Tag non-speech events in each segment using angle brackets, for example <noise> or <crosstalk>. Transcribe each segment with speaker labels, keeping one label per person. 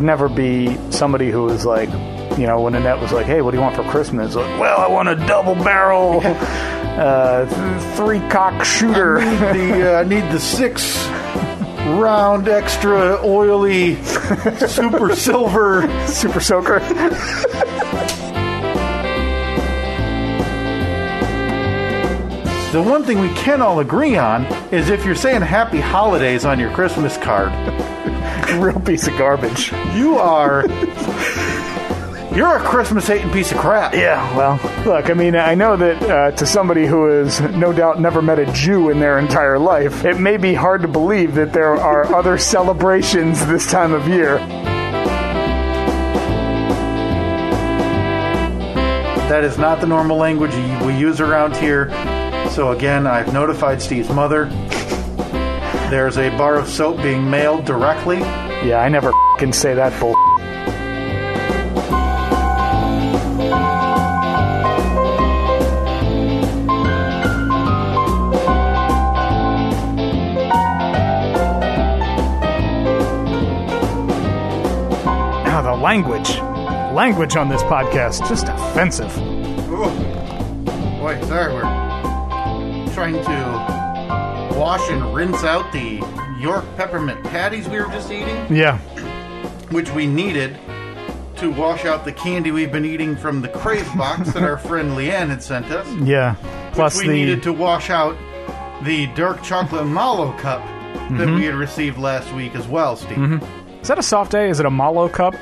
Speaker 1: never be somebody who was like, you know, when Annette was like, "Hey, what do you want for Christmas?" Like, well, I want a double barrel, <laughs> uh, th- three cock shooter. <laughs>
Speaker 2: the uh, I need the six round extra oily super silver
Speaker 1: Super Soaker. <laughs>
Speaker 2: The one thing we can all agree on is if you're saying happy holidays on your Christmas card,
Speaker 1: Real piece of garbage.
Speaker 2: you are you're a Christmas hating piece of crap.
Speaker 1: Yeah, well, look, I mean, I know that uh, to somebody who has no doubt never met a Jew in their entire life, it may be hard to believe that there are other <laughs> celebrations this time of year.
Speaker 2: That is not the normal language we use around here. So again, I've notified Steve's mother. There's a bar of soap being mailed directly.
Speaker 1: Yeah, I never can say that bull. Now Ah, the language, language on this podcast, just offensive.
Speaker 2: Boy, sorry, we're trying to wash and rinse out the York peppermint patties we were just eating,
Speaker 1: Yeah,
Speaker 2: which we needed to wash out the candy we've been eating from the Crave box
Speaker 1: <laughs>
Speaker 2: that our friend Leanne had sent us.
Speaker 1: yeah. Plus
Speaker 2: we
Speaker 1: the
Speaker 2: needed to wash out the dark chocolate mallow cup that
Speaker 1: Mm-hmm.
Speaker 2: we had received last week as well, Steve.
Speaker 1: is that a soft day? Is it a Malo cup?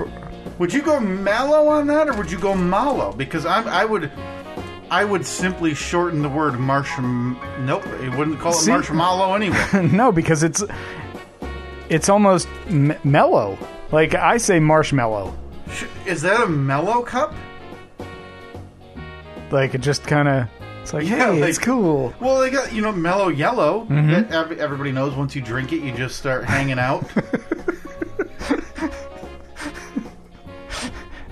Speaker 2: Would you go mallow on that, or would you go mallow? Because I'm, I would, I would simply shorten the word marshmallow. Nope, it wouldn't call it
Speaker 1: See?
Speaker 2: marshmallow anyway.
Speaker 1: <laughs> No, because it's it's almost m- mellow. Like I say, marshmallow.
Speaker 2: Sh- Is that a mellow cup?
Speaker 1: Like it just kind of it's like
Speaker 2: Yeah,
Speaker 1: hey,
Speaker 2: like-
Speaker 1: it's cool. <laughs>
Speaker 2: Well, they got you know mellow yellow. That ev- everybody knows. Once you drink it, you just start hanging out.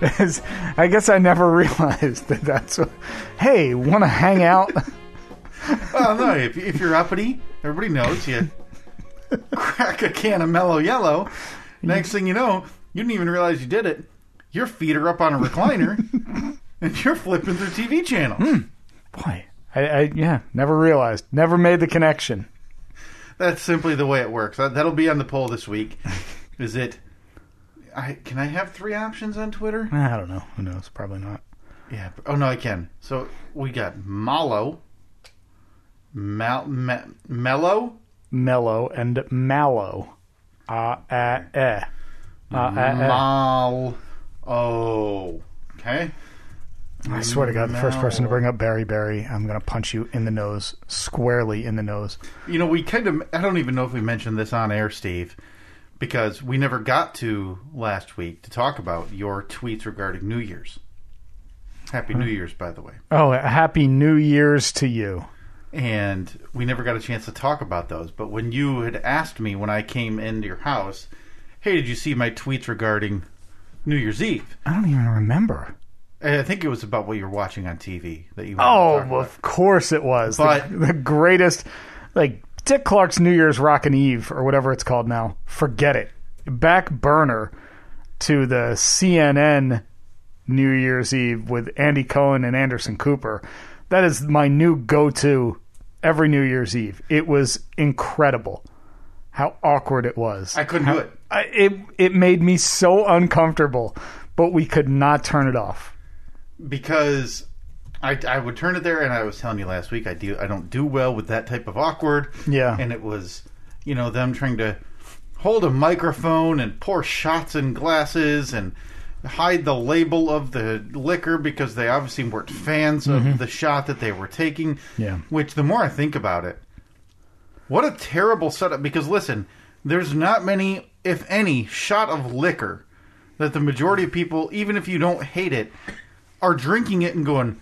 Speaker 1: It's- I guess I never <laughs> realized that that's what, hey, want to hang out? <laughs>
Speaker 2: well, Oh, no, if, if you're uppity, everybody knows you. Crack a can of mellow yellow. Next thing you know, you didn't even realize you did it. Your feet are up on a recliner, and you're flipping through TV channels.
Speaker 1: Boy, I, I yeah, never realized, never made the connection.
Speaker 2: That's simply the way it works. That, that'll be on the poll this week. Is it? I can I have three options on Twitter?
Speaker 1: I don't know. Who knows? Probably not.
Speaker 2: Yeah. Oh no, I can. So we got Mallow, Mal, me, Mellow,
Speaker 1: Mellow and mallow. Ah, ah, eh. Ah,
Speaker 2: Mm-hmm.
Speaker 1: ah, eh.
Speaker 2: Mal. Oh, okay.
Speaker 1: I swear to God, the first person to
Speaker 2: Mallow.
Speaker 1: bring up Barry Barry, I'm going to punch you in the nose, squarely in the nose.
Speaker 2: You know, we kind of, I don't even know if we mentioned this on air, Steve, because we never got to last week to talk about your tweets regarding New Year's. Happy New Year's, by the way.
Speaker 1: Oh, happy New Year's to you.
Speaker 2: And we never got a chance to talk about those. But when you had asked me when I came into your house, hey, did you see my tweets regarding New Year's Eve?
Speaker 1: I don't even remember.
Speaker 2: And I think it was about what you're watching on TV that you wanted to
Speaker 1: Oh,
Speaker 2: talk about.
Speaker 1: of course it was. The-
Speaker 2: But-
Speaker 1: the, greatest, like Dick Clark's New Year's Rockin' Eve or whatever it's called now. Forget it. Back burner to the CNN New Year's Eve with Andy Cohen and Anderson Cooper. That is my new go-to every New Year's Eve. It was incredible how awkward it was.
Speaker 2: I couldn't do it.
Speaker 1: I, it it made me so uncomfortable, but we could not turn it off.
Speaker 2: because I, I would turn it there, and I was telling you last week I do I don't do well with that type of awkward.
Speaker 1: Yeah.
Speaker 2: and it was you know them trying to hold a microphone and pour shots in glasses and hide the label of the liquor because they obviously weren't fans of the shot that they were taking.
Speaker 1: Yeah.
Speaker 2: which the more I think about it, what a terrible setup. Because listen, there's not many, if any, shot of liquor that the majority of people, even if you don't hate it, are drinking it and going.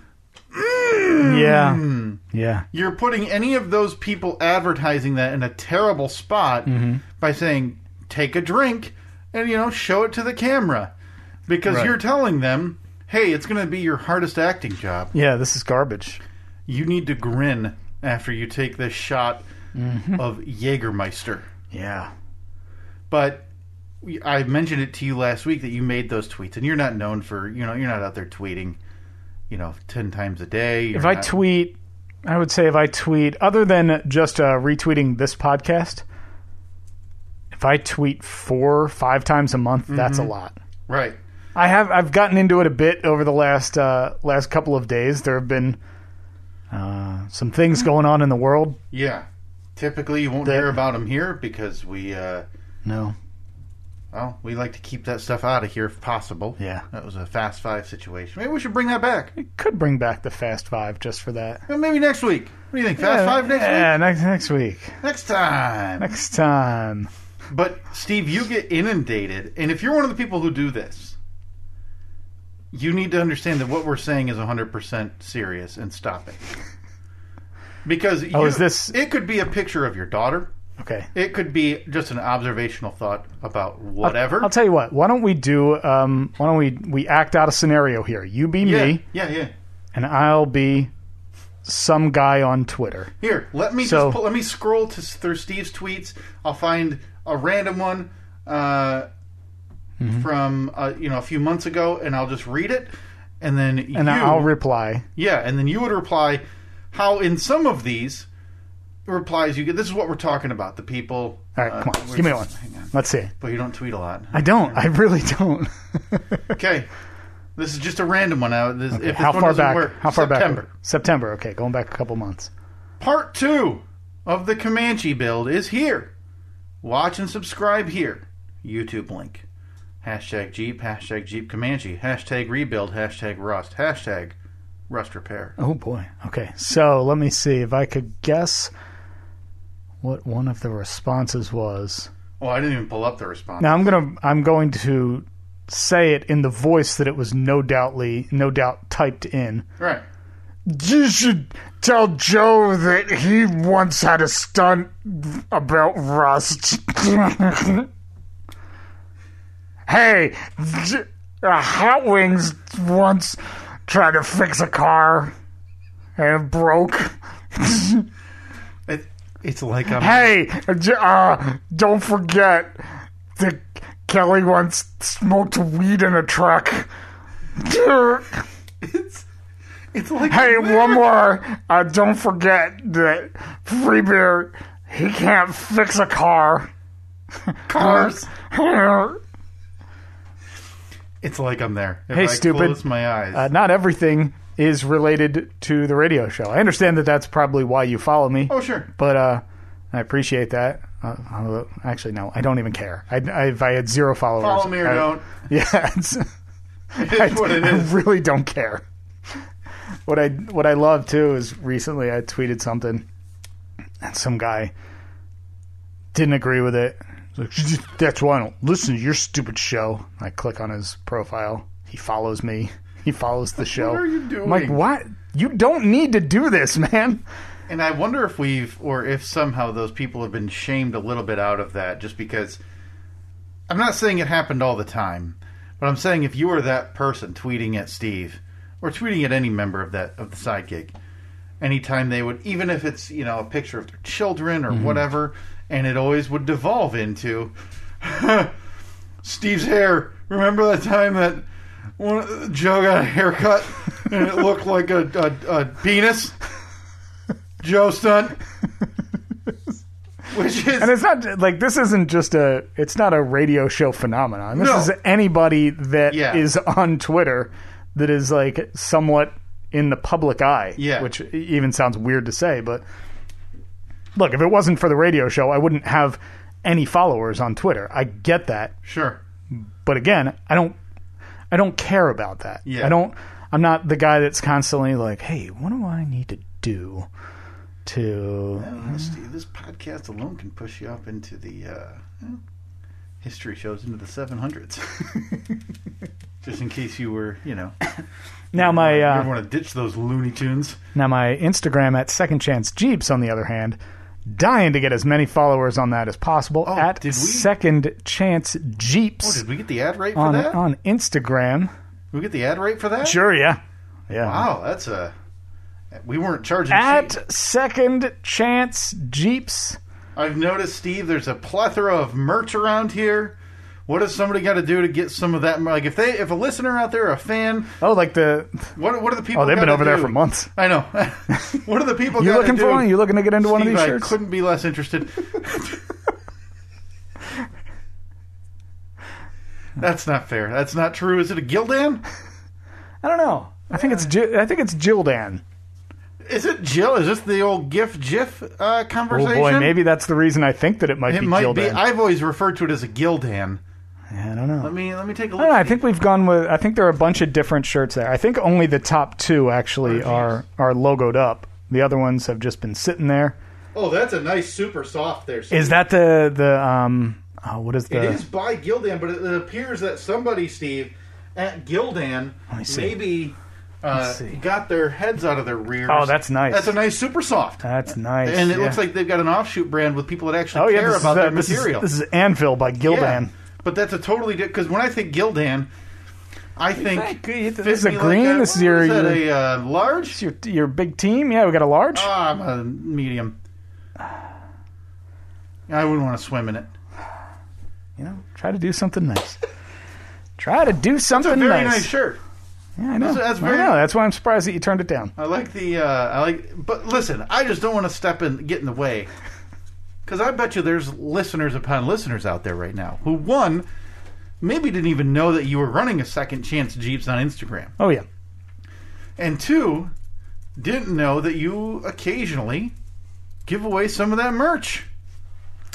Speaker 1: Yeah, yeah.
Speaker 2: You're putting any of those people advertising that in a terrible spot
Speaker 1: Mm-hmm.
Speaker 2: by saying, "Take a drink," and you know, show it to the camera, because
Speaker 1: Right.
Speaker 2: you're telling them, "Hey, it's going to be your hardest acting job.
Speaker 1: Yeah, this is garbage.
Speaker 2: You need to grin after you take
Speaker 1: Mm-hmm.
Speaker 2: this shot of Jägermeister."
Speaker 1: Yeah.
Speaker 2: but we- I mentioned it to you last week that you made those tweets, and you're not known for you know you're not out there tweeting, you know, ten times a day. You're
Speaker 1: If I
Speaker 2: not-
Speaker 1: tweet, I would say if I tweet, other than just uh, retweeting this podcast, if I tweet four, five times a month, that's a lot.
Speaker 2: right,
Speaker 1: I have I've gotten into it a bit over the last uh, last couple of days. There have been uh, some things going on in the world.
Speaker 2: yeah. Typically, you won't
Speaker 1: That-
Speaker 2: hear about them here because we, uh,
Speaker 1: No,
Speaker 2: well, we like to keep that stuff out of here if possible.
Speaker 1: yeah,
Speaker 2: That was a Fast Five situation. Maybe we should bring that back.
Speaker 1: it could bring back the Fast Five just for that.
Speaker 2: Well, Maybe next week. What do you think? Fast
Speaker 1: yeah,
Speaker 2: Five next
Speaker 1: yeah, next next week,
Speaker 2: week? Next time.
Speaker 1: next time.
Speaker 2: But Steve, you get inundated, and if you're one of the people who do this, you need to understand that what we're saying is 100% serious
Speaker 1: <laughs>
Speaker 2: and stop it. Because
Speaker 1: Oh,
Speaker 2: you-
Speaker 1: is this-
Speaker 2: it could be a picture of your daughter.
Speaker 1: Okay,
Speaker 2: It could be just an observational thought about whatever.
Speaker 1: I'll tell you what. Why don't we do? Um, why don't we we act out a scenario here? You be
Speaker 2: yeah,
Speaker 1: me,
Speaker 2: yeah, yeah.
Speaker 1: and I'll be some guy on Twitter.
Speaker 2: Here, let me
Speaker 1: So-
Speaker 2: just pull, let me scroll to through Steve's tweets. I'll find a random one uh,
Speaker 1: Mm-hmm.
Speaker 2: from uh, you know a few months ago, and I'll just read it, and then
Speaker 1: and
Speaker 2: you,
Speaker 1: I'll reply.
Speaker 2: Yeah, and then you would reply how in some of these replies you get this is what we're talking about, the people
Speaker 1: All right,
Speaker 2: uh,
Speaker 1: come on,
Speaker 2: we're-
Speaker 1: give me one.
Speaker 2: Hang on.
Speaker 1: Let's see.
Speaker 2: But you don't tweet a lot.
Speaker 1: I don't. I really don't.
Speaker 2: Okay. This is just a random one. Now, this, if this
Speaker 1: How
Speaker 2: one
Speaker 1: far
Speaker 2: doesn't
Speaker 1: back?
Speaker 2: work,
Speaker 1: How far
Speaker 2: September.
Speaker 1: back? September. Okay, going back a couple months.
Speaker 2: Part two of the Comanche build is here. Watch and subscribe here. YouTube link. Hashtag Jeep, hashtag Jeep Comanche, hashtag rebuild, hashtag rust, hashtag rust repair.
Speaker 1: Oh boy. Okay. So let me see if I could guess what one of the responses was.
Speaker 2: Well, Oh, I didn't even pull up the response.
Speaker 1: Now I'm gonna I'm going to say it in the voice that it was no doubtly no doubt typed in.
Speaker 2: Right.
Speaker 1: You should tell Joe that he once had a stunt about rust. <laughs> hey, j- uh, Hot Wings once tried to fix a car and it broke.
Speaker 2: It, it's like
Speaker 1: <laughs>
Speaker 2: I'm.
Speaker 1: Hey, j- uh, don't forget that Kelly once smoked weed in a truck. <laughs>
Speaker 2: It's it's like
Speaker 1: Hey, one more. Uh, don't forget that Free Beer, he can't fix a car.
Speaker 2: cars.
Speaker 1: <laughs> uh,
Speaker 2: It's like I'm there. If
Speaker 1: Hey,
Speaker 2: I
Speaker 1: stupid. Uh,
Speaker 2: Close my eyes.
Speaker 1: not everything is related to the radio show. I understand that that's probably why you follow me,
Speaker 2: oh sure.
Speaker 1: but uh, I appreciate that. Uh, uh, actually, no, I don't even care. I, I, if I had zero followers,
Speaker 2: Follow me or
Speaker 1: I-
Speaker 2: don't.
Speaker 1: <laughs> Yeah, it's,
Speaker 2: <laughs> It's what
Speaker 1: <laughs>
Speaker 2: it
Speaker 1: I
Speaker 2: is.
Speaker 1: really don't care. What I what I love too is recently I tweeted something, and some guy didn't agree with it. He's like, That's why I don't listen to your stupid show. I click on his profile. He follows me. He follows
Speaker 2: <laughs>
Speaker 1: the show.
Speaker 2: are you
Speaker 1: I'm like,
Speaker 2: doing?
Speaker 1: what? You don't need to do this, man.
Speaker 2: And I wonder if we've or if somehow those people have been shamed a little bit out of that just because I'm not saying it happened all the time, but I'm saying if you were that person tweeting at Steve or tweeting at any member of that of the sidekick, anytime they would even if it's, you know, a picture of their children or whatever, and it always would devolve into <laughs> Steve's hair. Remember that time that one, Joe got a haircut and it looked like a, a, a penis? Joe stunt. Which is
Speaker 1: And it's not like this isn't just a it's not a radio show phenomenon. This
Speaker 2: No.
Speaker 1: is anybody that is
Speaker 2: Yeah.
Speaker 1: on Twitter that is like somewhat in the public eye.
Speaker 2: Yeah.
Speaker 1: Which e, even sounds weird to say, but look, if it wasn't for the radio show, I wouldn't have any followers on Twitter. I get that.
Speaker 2: sure.
Speaker 1: But again, I don't I don't care about that.
Speaker 2: Yeah.
Speaker 1: I don't I'm not the guy that's constantly like, hey, what do I need to do to
Speaker 2: Steve, this podcast alone can push you up into the uh, well, history shows into
Speaker 1: <laughs>
Speaker 2: the 700s. Just in case you were, you know,
Speaker 1: now my uh,
Speaker 2: you ever want to ditch those Looney Tunes?
Speaker 1: Now, my Instagram at Second Chance Jeeps, on the other hand, dying to get as many followers on that as possible
Speaker 2: Oh,
Speaker 1: at
Speaker 2: did we-
Speaker 1: Second Chance
Speaker 2: Oh,
Speaker 1: Jeeps
Speaker 2: did we get the ad rate for
Speaker 1: on
Speaker 2: that?
Speaker 1: on Instagram.
Speaker 2: we get the ad rate for that?
Speaker 1: Sure, yeah, yeah.
Speaker 2: Wow, that's a. We weren't charging. shit.
Speaker 1: At Second Chance Jeeps,
Speaker 2: I've noticed, Steve. There's a plethora of merch around here. What does somebody got to do to get some of that? Like if they, if a listener out there, a fan,
Speaker 1: Oh, like the
Speaker 2: what, what are the people?
Speaker 1: oh, they've been
Speaker 2: gotta
Speaker 1: over there
Speaker 2: do?
Speaker 1: for months.
Speaker 2: I know. <laughs> what are the people?
Speaker 1: You
Speaker 2: gotta
Speaker 1: looking for
Speaker 2: do?
Speaker 1: one? You looking to get into one of
Speaker 2: Steve,
Speaker 1: these
Speaker 2: I
Speaker 1: shirts?
Speaker 2: couldn't be less interested. That's not fair. That's not true. Is it a Gildan?
Speaker 1: I don't know. I think it's Ji- I think it's Jildan.
Speaker 2: Is it Jill? Is this the old GIF GIF uh,
Speaker 1: Oh
Speaker 2: conversation?
Speaker 1: boy, maybe that's the reason I think that it might
Speaker 2: it
Speaker 1: be
Speaker 2: might
Speaker 1: Gildan.
Speaker 2: be. I've always referred to it as a Gildan.
Speaker 1: Yeah, I don't know.
Speaker 2: Let me let me take a
Speaker 1: I,
Speaker 2: look.
Speaker 1: don't know, I think we've gone with. I think there are a bunch of different shirts there. I think only the top two actually
Speaker 2: Oh,
Speaker 1: are are logoed up. The other ones have just been sitting there.
Speaker 2: Oh, that's a nice super soft there. Steve.
Speaker 1: Is that the the um? Oh, what is
Speaker 2: It
Speaker 1: the?
Speaker 2: is by Gildan, but it, it appears that somebody, Steve, at Gildan,
Speaker 1: me see.
Speaker 2: maybe uh,
Speaker 1: see.
Speaker 2: got their heads out of their rears.
Speaker 1: Oh, that's nice.
Speaker 2: That's a nice super soft.
Speaker 1: That's nice.
Speaker 2: and it
Speaker 1: yeah.
Speaker 2: looks like they've got an offshoot brand with people that actually
Speaker 1: oh yeah,
Speaker 2: care
Speaker 1: this
Speaker 2: about
Speaker 1: is, uh,
Speaker 2: their
Speaker 1: this is-
Speaker 2: material.
Speaker 1: This is, Anvil by
Speaker 2: Yeah.
Speaker 1: Gildan.
Speaker 2: But that's a totally different. Because when I think Gildan, I think.
Speaker 1: This
Speaker 2: fit
Speaker 1: is a
Speaker 2: me
Speaker 1: green.
Speaker 2: Like a,
Speaker 1: this is
Speaker 2: what
Speaker 1: your
Speaker 2: is that,
Speaker 1: your,
Speaker 2: a uh, large?
Speaker 1: it's your your big team. Yeah, we got a large.
Speaker 2: Oh, I'm a medium. I wouldn't want to swim in it.
Speaker 1: you know, try to do something nice. try to do something
Speaker 2: It's a very
Speaker 1: nice.
Speaker 2: nice shirt.
Speaker 1: Yeah, I know.
Speaker 2: That's- that's
Speaker 1: I
Speaker 2: very-
Speaker 1: know. That's why I'm surprised that you turned it down.
Speaker 2: I like the uh, I like, but listen, I just don't want to step in, get in the <laughs> way, because I bet you there's listeners upon listeners out there right now who one maybe didn't even know that you were running a second chance Jeeps on Instagram,
Speaker 1: Oh yeah.
Speaker 2: and two didn't know that you occasionally give away some of that merch.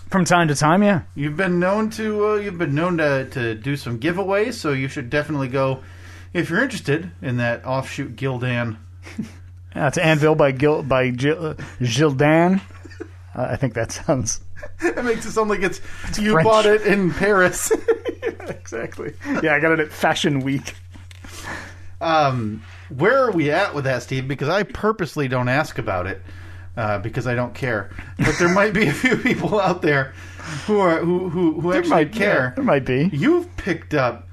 Speaker 1: From time to time, yeah.
Speaker 2: You've been known to uh, you've been known to to do some giveaways, so you should definitely go if you're interested in that offshoot Gildan.
Speaker 1: That's Anvil by Gil by Gil, uh, Gildan. Uh, I think that
Speaker 2: <laughs>
Speaker 1: sounds
Speaker 2: <laughs> It makes it sound like it's, you
Speaker 1: French.
Speaker 2: bought it in <laughs> Paris.
Speaker 1: exactly. Yeah, I got it at Fashion Week.
Speaker 2: Um, where are we at with that, Steve? Because I purposely don't ask about it uh, because I don't care. But there might be a few <laughs> people out there who are who who, who actually
Speaker 1: might
Speaker 2: care.
Speaker 1: There might be.
Speaker 2: You've picked up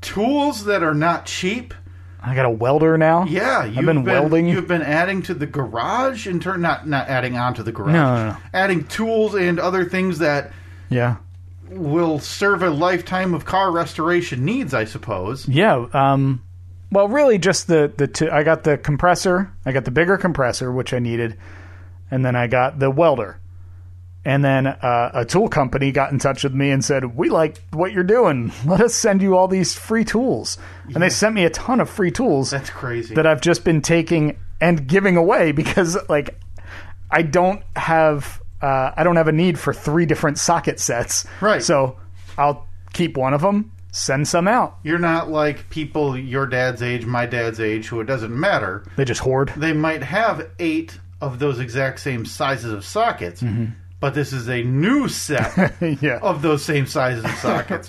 Speaker 2: tools that are not cheap.
Speaker 1: I got a welder now.
Speaker 2: Yeah, you've
Speaker 1: been welding.
Speaker 2: You've been adding to the garage in turn, not not adding onto the garage.
Speaker 1: No, no, no.
Speaker 2: adding tools and other things that
Speaker 1: Yeah.
Speaker 2: will serve a lifetime of car restoration needs, I suppose.
Speaker 1: Yeah. Um, well, really, just the the two. I got the compressor. I got the bigger compressor, which I needed, and then I got the welder. And then uh, a tool company got in touch with me and said, "We like what you're doing. Let us send you all these free tools." And they sent me a ton of free tools.
Speaker 2: That's crazy.
Speaker 1: that I've just been taking and giving away because like I don't have uh, I don't have a need for three different socket sets.
Speaker 2: Right.
Speaker 1: So I'll keep one of them, send some out.
Speaker 2: You're not like people your dad's age, my dad's age, who it doesn't matter.
Speaker 1: They just hoard. <laughs>
Speaker 2: They might have eight of those exact same sizes of sockets, but this is a new set
Speaker 1: Mm-hmm. <laughs> yeah.
Speaker 2: of those same sizes of sockets.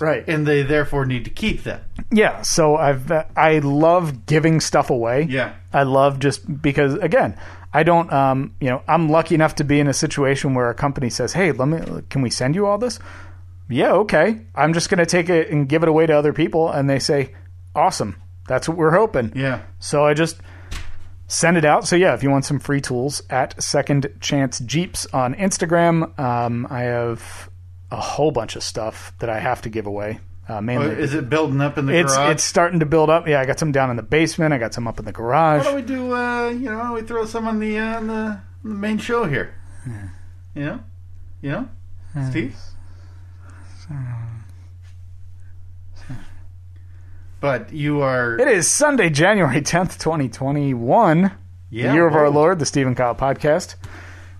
Speaker 1: <laughs> Right.
Speaker 2: And they therefore need to keep them.
Speaker 1: Yeah. So I've I love giving stuff away.
Speaker 2: Yeah.
Speaker 1: I love just because again, I don't um, you know, I'm lucky enough to be in a situation where a company says, "Hey, let me can we send you all this?" Yeah, okay. I'm just going to take it and give it away to other people and they say, "Awesome. That's what we're hoping."
Speaker 2: Yeah.
Speaker 1: So I just send it out. So yeah, if you want some free tools at Second Chance Jeeps on Instagram, um, I have a whole bunch of stuff that I have to give away. Uh, mainly,
Speaker 2: Is it building up in the
Speaker 1: it's
Speaker 2: garage?
Speaker 1: it's starting to build up. Yeah, I got some down in the basement. I got some up in the garage.
Speaker 2: why don't we do, uh, you know, why don't we throw some on the, uh, on the, on the main show here? You know? You know? Steve?
Speaker 1: Uh,
Speaker 2: But you are.
Speaker 1: It is Sunday, January <laughs> tenth, twenty twenty one.
Speaker 2: Yeah,
Speaker 1: the year of our
Speaker 2: whoa.
Speaker 1: Lord, the Stephen Kyle podcast.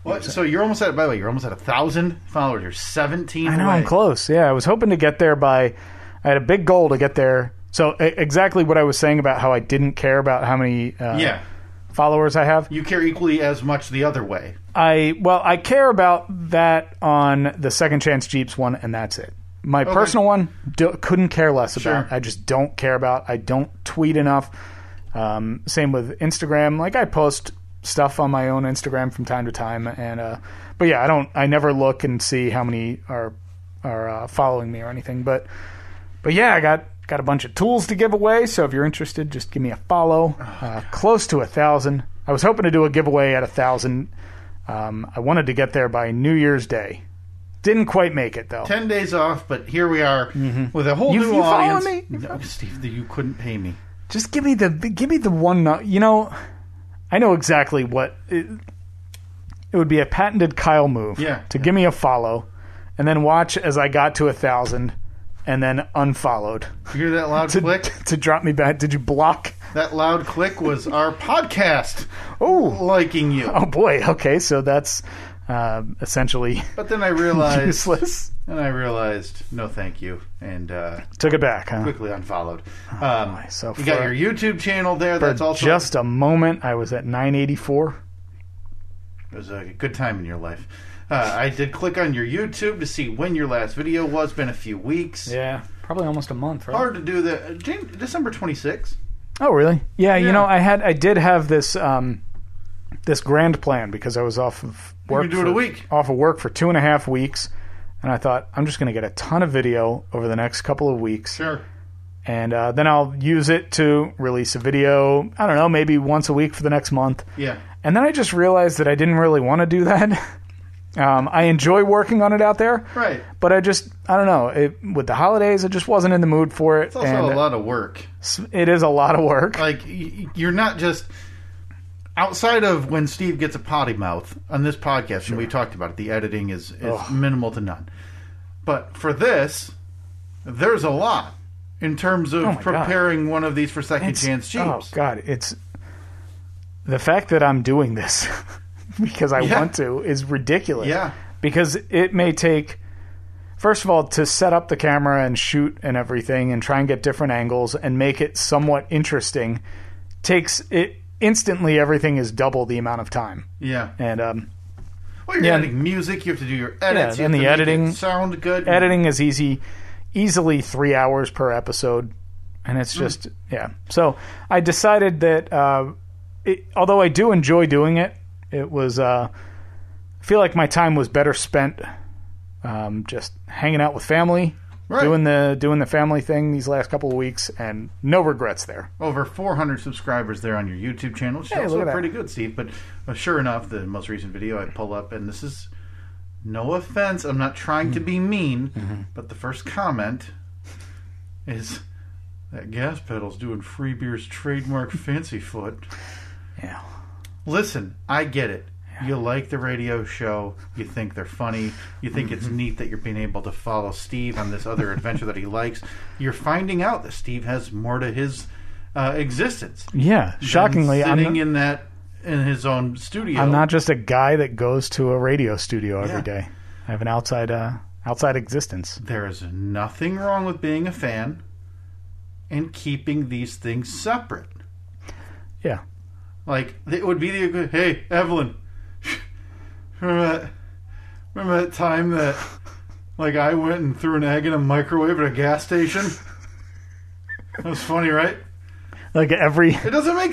Speaker 2: What? So you're almost at. By the way, you're almost at a thousand followers. You're seventeen.
Speaker 1: I know
Speaker 2: away.
Speaker 1: I'm close. Yeah, I was hoping to get there by. I had a big goal to get there. So e- exactly what I was saying about how I didn't care about how many uh,
Speaker 2: Yeah,
Speaker 1: followers I have.
Speaker 2: you care equally as much the other way.
Speaker 1: I well, I care about that on the second chance Jeeps one, and that's it. My personal one do, couldn't care less about.
Speaker 2: Sure.
Speaker 1: I just don't care about. I don't tweet enough. Um, same with Instagram. Like I post stuff on my own Instagram from time to time, and uh, but yeah, I don't. I never look and see how many are are uh, following me or anything. But but yeah, I got got a bunch of tools to give away. So if you're interested, just give me a follow. Uh, close to a thousand. I was hoping to do a giveaway at a thousand. Um, I wanted to get there by New Year's Day, Didn't quite make it though.
Speaker 2: Ten days off, but here we are with a
Speaker 1: Mm-hmm.
Speaker 2: whole
Speaker 1: You-
Speaker 2: new
Speaker 1: you following
Speaker 2: audience.
Speaker 1: me? You
Speaker 2: No, Steve, you couldn't pay me.
Speaker 1: Just give me the give me the one. nu- You know, I know exactly what it, it would be a patented Kyle move.
Speaker 2: Yeah.
Speaker 1: To give me a follow, and then watch as I got to a thousand, and then unfollowed
Speaker 2: You hear that loud
Speaker 1: <laughs> to
Speaker 2: click?
Speaker 1: to drop me back. Did you block?
Speaker 2: That loud click
Speaker 1: <laughs>
Speaker 2: was our podcast
Speaker 1: Oh.
Speaker 2: liking you.
Speaker 1: <laughs> Oh boy. Okay. So that's uh, essentially <laughs>
Speaker 2: But then I realized,
Speaker 1: useless.
Speaker 2: and I realized, no, thank you, and uh,
Speaker 1: Took it back. Huh?
Speaker 2: quickly unfollowed. Um,
Speaker 1: Oh, So
Speaker 2: you got
Speaker 1: for-
Speaker 2: your YouTube channel there.
Speaker 1: For
Speaker 2: That's also
Speaker 1: just a moment, I was at 984.
Speaker 2: It was a good time in your life. Uh, I did click on your YouTube to see when your last video was. Been a few weeks.
Speaker 1: Yeah, probably almost a month, right?
Speaker 2: Hard to do the uh, Jan- December 26th.
Speaker 1: Oh, really? Yeah,
Speaker 2: Yeah.
Speaker 1: you know, I had, I did have this, um, this grand plan because I was off of work.
Speaker 2: could do it
Speaker 1: for-
Speaker 2: a week.
Speaker 1: Off of work for two and a half weeks, and I thought I'm just going to get a ton of video over the next couple of weeks,
Speaker 2: Sure.
Speaker 1: and uh, then I'll use it to release a video. I don't know, maybe once a week for the next month.
Speaker 2: Yeah.
Speaker 1: And then I just realized that I didn't really want to do that. <laughs> um, I enjoy working on it out there,
Speaker 2: Right.
Speaker 1: but I just I don't know. It, with the holidays, I just wasn't in the mood for it.
Speaker 2: It's also
Speaker 1: and
Speaker 2: a lot of work.
Speaker 1: s- It is a lot of work.
Speaker 2: Like y- y- you're not just outside of when Steve gets a potty mouth on this podcast, and we talked about it. The editing is, is
Speaker 1: Ugh.
Speaker 2: minimal to none. But for this, there's a lot in terms of
Speaker 1: Oh my God.
Speaker 2: preparing one of these for second
Speaker 1: It's-
Speaker 2: chance Jeeps.
Speaker 1: oh God, it's the fact that I'm doing this <laughs> because I
Speaker 2: Yeah.
Speaker 1: want to is ridiculous.
Speaker 2: Yeah.
Speaker 1: because it may take. First of all, to set up the camera and shoot and everything and try and get different angles and make it somewhat interesting takes it instantly everything is double the amount of time.
Speaker 2: Yeah.
Speaker 1: And um,
Speaker 2: Well, you're
Speaker 1: Yeah.
Speaker 2: adding music. You have to do your edits.
Speaker 1: Yeah, and
Speaker 2: you
Speaker 1: the
Speaker 2: have to make
Speaker 1: editing-
Speaker 2: it sound good.
Speaker 1: Mm-hmm. editing is easy, easily three hours per episode, and
Speaker 2: Mm-hmm.
Speaker 1: it's just yeah. So I decided that uh, it, although I do enjoy doing it, it was uh, I feel like my time was better spent um, just hanging out with family,
Speaker 2: Right.
Speaker 1: doing the doing the family thing these last couple of weeks, and no regrets there.
Speaker 2: Over 400 subscribers there on your YouTube channel, which is
Speaker 1: Hey, look
Speaker 2: also
Speaker 1: at that.
Speaker 2: pretty good, Steve. But uh, sure enough, the most recent video I pull up, and this is no offense. I'm not trying to
Speaker 1: Mm-hmm.
Speaker 2: be mean, but the first comment is that gas pedal's doing free beer's trademark fancy foot.
Speaker 1: Yeah.
Speaker 2: Listen, I get it. You like the radio show. You think they're funny. You think
Speaker 1: Mm-hmm.
Speaker 2: it's neat that you're being able to follow Steve on this other adventure that he likes. You're finding out that Steve has more to his uh, existence. than
Speaker 1: Yeah, shockingly, I'm
Speaker 2: sitting
Speaker 1: not,
Speaker 2: in that in his own studio.
Speaker 1: I'm not just a guy that goes to a radio studio
Speaker 2: Yeah.
Speaker 1: every day. I have an outside uh, outside existence.
Speaker 2: There is nothing wrong with being a fan and keeping these things separate.
Speaker 1: Yeah.
Speaker 2: Like it would be the hey Evelyn, <laughs> remember that, remember that time that like I went and threw an egg in a microwave at a gas station? That was funny, right?
Speaker 1: Like every
Speaker 2: It doesn't make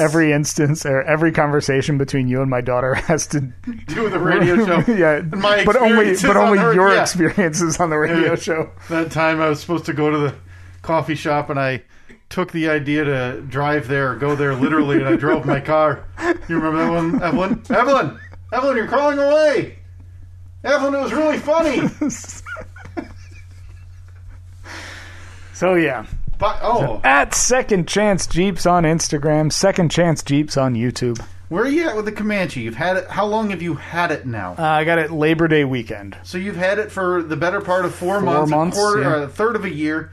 Speaker 1: <laughs> every instance or every conversation between you and my daughter <laughs> has to
Speaker 2: <laughs> do
Speaker 1: <laughs>
Speaker 2: the radio show.
Speaker 1: yeah,
Speaker 2: My
Speaker 1: but only
Speaker 2: experiences
Speaker 1: but
Speaker 2: on
Speaker 1: only
Speaker 2: her-
Speaker 1: your
Speaker 2: yeah.
Speaker 1: experiences on the radio
Speaker 2: Yeah.
Speaker 1: show.
Speaker 2: That time I was supposed to go to the coffee shop and I took the idea to drive there, or go there literally, and I drove my car. You remember that one, Evelyn? Evelyn, Evelyn, you're crawling away. Evelyn, it was really funny.
Speaker 1: So yeah,
Speaker 2: But oh,
Speaker 1: at Second Chance Jeeps on Instagram, Second Chance Jeeps on YouTube.
Speaker 2: Where are you at with the Comanche? You've had it. How long have you had it now?
Speaker 1: Uh, I got it Labor Day weekend.
Speaker 2: So you've had it for the better part of four,
Speaker 1: Four
Speaker 2: months,
Speaker 1: months,
Speaker 2: a quarter,
Speaker 1: yeah. Mm-hmm.
Speaker 2: or a third of a year.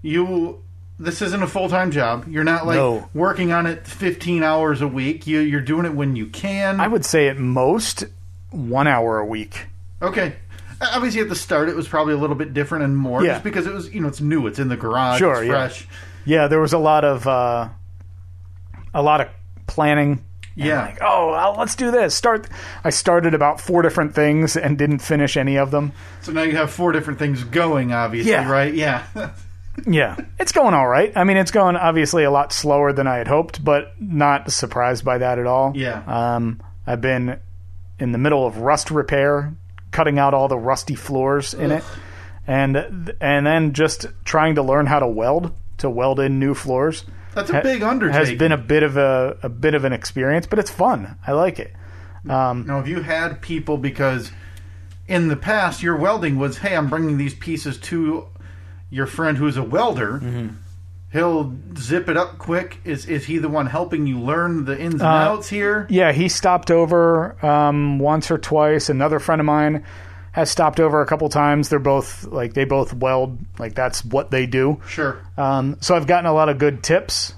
Speaker 2: You, this isn't a full time job. You're not like
Speaker 1: No.
Speaker 2: working on it 15 hours a week. You, you're doing it when you can.
Speaker 1: I would say at most one hour a week.
Speaker 2: okay. Uh, Obviously, at the start, it was probably a little bit different and more,
Speaker 1: Yeah.
Speaker 2: just because it was you know it's new, it's in the garage,
Speaker 1: Sure,
Speaker 2: it's
Speaker 1: yeah.
Speaker 2: fresh.
Speaker 1: Yeah, there was a lot of uh, a lot of planning. and
Speaker 2: Yeah.
Speaker 1: like, oh, well, let's do this. Start. I started about four different things and didn't finish any of them.
Speaker 2: So now you have four different things going. Obviously,
Speaker 1: Yeah.
Speaker 2: right? Yeah. <laughs>
Speaker 1: Yeah, it's going all right. I mean, it's going obviously a lot slower than I had hoped, but not surprised by that at all.
Speaker 2: Yeah.
Speaker 1: Um, I've been in the middle of rust repair, cutting out all the rusty floors in it, and and then just trying to learn how to weld to weld in new floors.
Speaker 2: That's a
Speaker 1: Ha-
Speaker 2: big undertaking.
Speaker 1: Has been a bit of a, a bit of an experience, but it's fun. I like it.
Speaker 2: Now, have you had people because in the past, your welding was, hey, I'm bringing these pieces to your friend who's a welder.
Speaker 1: Mm-hmm.
Speaker 2: He'll zip it up quick. Is is he the one helping you learn the
Speaker 1: Uh,
Speaker 2: ins and outs here?
Speaker 1: Yeah, he stopped over um, once or twice. Another friend of mine has stopped over a couple times. They're both like they both weld, like that's what they do.
Speaker 2: Sure.
Speaker 1: Um, so I've gotten a lot of good tips.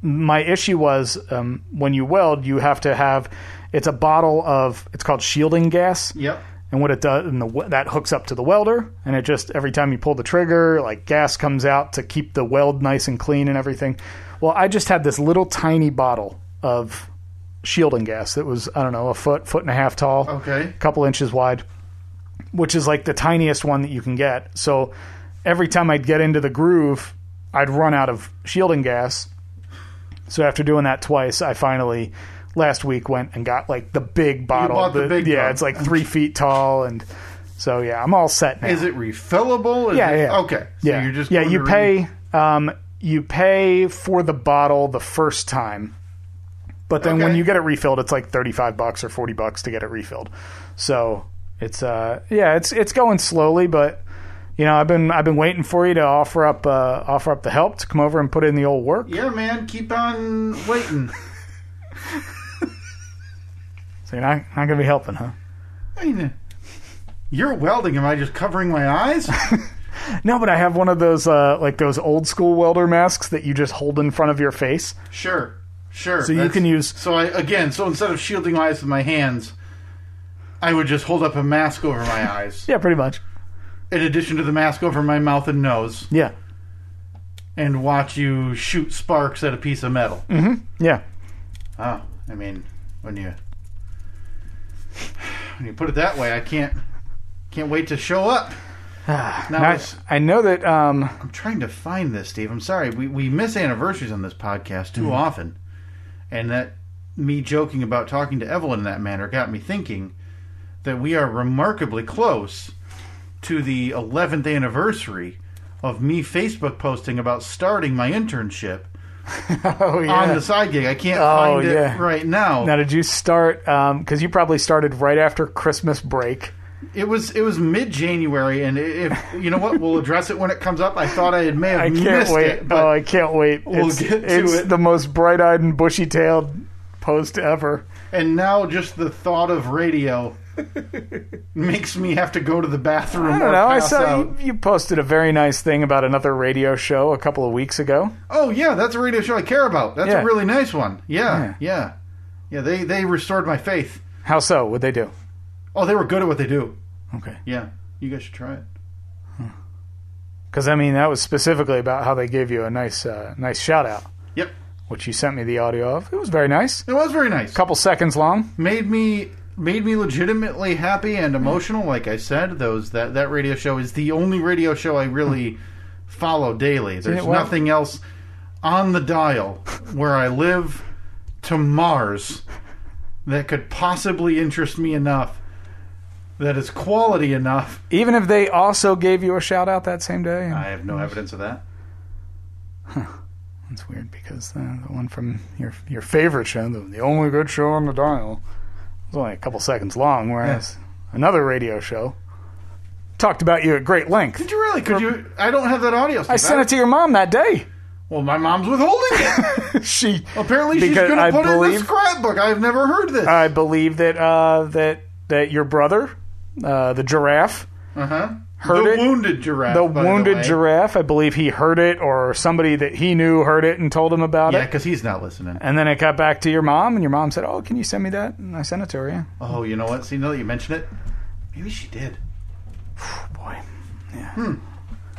Speaker 1: My issue was um, when you weld, you have to have it's a bottle of it's called shielding gas.
Speaker 2: Yep.
Speaker 1: And what it does, and the, that hooks up to the welder, and it just every time you pull the trigger, like gas comes out to keep the weld nice and clean and everything. Well, I just had this little tiny bottle of shielding gas that was I don't know a foot, foot and a half tall,
Speaker 2: Okay.
Speaker 1: couple inches wide, which is like the tiniest one that you can get. So every time I'd get into the groove, I'd run out of shielding gas. So after doing that twice, I finally last week went and got like the big bottle.
Speaker 2: bought the
Speaker 1: that-
Speaker 2: big
Speaker 1: yeah,
Speaker 2: one.
Speaker 1: it's like three feet tall, and so yeah, I'm all set now.
Speaker 2: Is it refillable? Is
Speaker 1: Yeah,
Speaker 2: it-
Speaker 1: yeah.
Speaker 2: Okay. So
Speaker 1: yeah,
Speaker 2: you're just
Speaker 1: yeah,
Speaker 2: going
Speaker 1: you
Speaker 2: to re-
Speaker 1: pay um, you pay for the bottle the first time, but then when
Speaker 2: Okay.
Speaker 1: you get it refilled, it's like thirty five bucks or forty bucks to get it refilled. So it's uh yeah, it's it's going slowly, but you know I've been I've been waiting for you to offer up uh, offer up the help to come over and put in the old work.
Speaker 2: Yeah, man. Keep on waiting.
Speaker 1: So you're not not gonna be helping, huh?
Speaker 2: I mean, you're welding. Am I just covering my eyes?
Speaker 1: No, but I have one of those uh, like those old school welder masks that you just hold in front of your face,
Speaker 2: Sure, sure.
Speaker 1: so you
Speaker 2: That's-
Speaker 1: can use
Speaker 2: So I again, so instead of shielding my eyes with my hands, I would just hold up a mask over my
Speaker 1: <laughs>
Speaker 2: eyes.
Speaker 1: yeah, pretty much
Speaker 2: In addition to the mask over my mouth and nose,
Speaker 1: yeah
Speaker 2: and watch you shoot sparks at a piece of metal.
Speaker 1: Mm. Mm-hmm.
Speaker 2: <sighs>
Speaker 1: yeah.
Speaker 2: Oh, I mean, when you <sighs> when you put it that way, I can't can't wait to show up. Now
Speaker 1: Now,
Speaker 2: it's-
Speaker 1: I know that um, <laughs>
Speaker 2: I'm trying to find this, Steve. I'm sorry. We we miss anniversaries on this podcast
Speaker 1: Hmm.
Speaker 2: too often. And that me joking about talking to Evelyn in that manner got me thinking that we are remarkably close to the 11th anniversary of me Facebook posting about starting my internship
Speaker 1: oh yeah.
Speaker 2: on the side gig. I can't
Speaker 1: Oh,
Speaker 2: find it
Speaker 1: yeah.
Speaker 2: right now.
Speaker 1: now, did you start? Because you probably started right after Christmas break.
Speaker 2: It was it was mid January, and i- if you know what, we'll address it when it comes up. I thought I had may
Speaker 1: <laughs>
Speaker 2: have
Speaker 1: I can't
Speaker 2: missed
Speaker 1: wait.
Speaker 2: it, but
Speaker 1: oh, I can't wait.
Speaker 2: we'll
Speaker 1: it's
Speaker 2: get to
Speaker 1: it's
Speaker 2: it.
Speaker 1: the most bright-eyed and bushy-tailed post ever.
Speaker 2: And now just the thought
Speaker 1: <laughs>
Speaker 2: of radio makes me have to go to the bathroom.
Speaker 1: I don't
Speaker 2: or
Speaker 1: know. I
Speaker 2: pass
Speaker 1: saw
Speaker 2: out.
Speaker 1: you, you posted a very nice thing about another radio show a couple of weeks ago.
Speaker 2: Oh yeah, that's a radio show I care about. That's
Speaker 1: Yeah.
Speaker 2: a really nice one.
Speaker 1: Yeah.
Speaker 2: Yeah, yeah, yeah. they they restored my faith.
Speaker 1: How so? What'd they do?
Speaker 2: Oh, they were good at what they do.
Speaker 1: Okay.
Speaker 2: Yeah, you guys should try it.
Speaker 1: Because I mean, that was specifically about how they gave you a nice, uh, nice shout out,
Speaker 2: Yep,
Speaker 1: which you sent me the audio of. It was very nice.
Speaker 2: it was very nice.
Speaker 1: couple seconds long.
Speaker 2: Made me made me legitimately happy and emotional. Like I said, those that that radio show is the only radio show I really follow daily. There's
Speaker 1: well-
Speaker 2: nothing else on the dial where I live to Mars that could possibly interest me enough that is quality enough.
Speaker 1: Even if they also gave you a shout out that same day.
Speaker 2: I have no evidence of that.
Speaker 1: It's weird because the, the one from your your favorite show, the, the only good show on the dial, was only a couple seconds long, whereas another radio show talked about you at great length.
Speaker 2: Did you really? Could you? I don't have that audio.
Speaker 1: I sent it to your mom that day. <laughs>
Speaker 2: Well, my mom's withholding it.
Speaker 1: she,
Speaker 2: Apparently, she's
Speaker 1: Because
Speaker 2: going
Speaker 1: I
Speaker 2: to put it in
Speaker 1: believe-
Speaker 2: the scrapbook. I've never heard this.
Speaker 1: I believe that uh, that that your brother, uh, the giraffe,
Speaker 2: Uh-huh.
Speaker 1: Heard
Speaker 2: the
Speaker 1: it?
Speaker 2: wounded giraffe.
Speaker 1: the
Speaker 2: by
Speaker 1: wounded
Speaker 2: way.
Speaker 1: giraffe. I believe he heard it, or somebody that he knew heard it and told him about
Speaker 2: Yeah,
Speaker 1: it.
Speaker 2: because he's not listening.
Speaker 1: And then it got back to your mom, and your mom said, "Oh, can you send me that?" And I sent it to her. Yeah.
Speaker 2: Oh, you know what? See, now that you mention it, maybe she did.
Speaker 1: Boy. Yeah.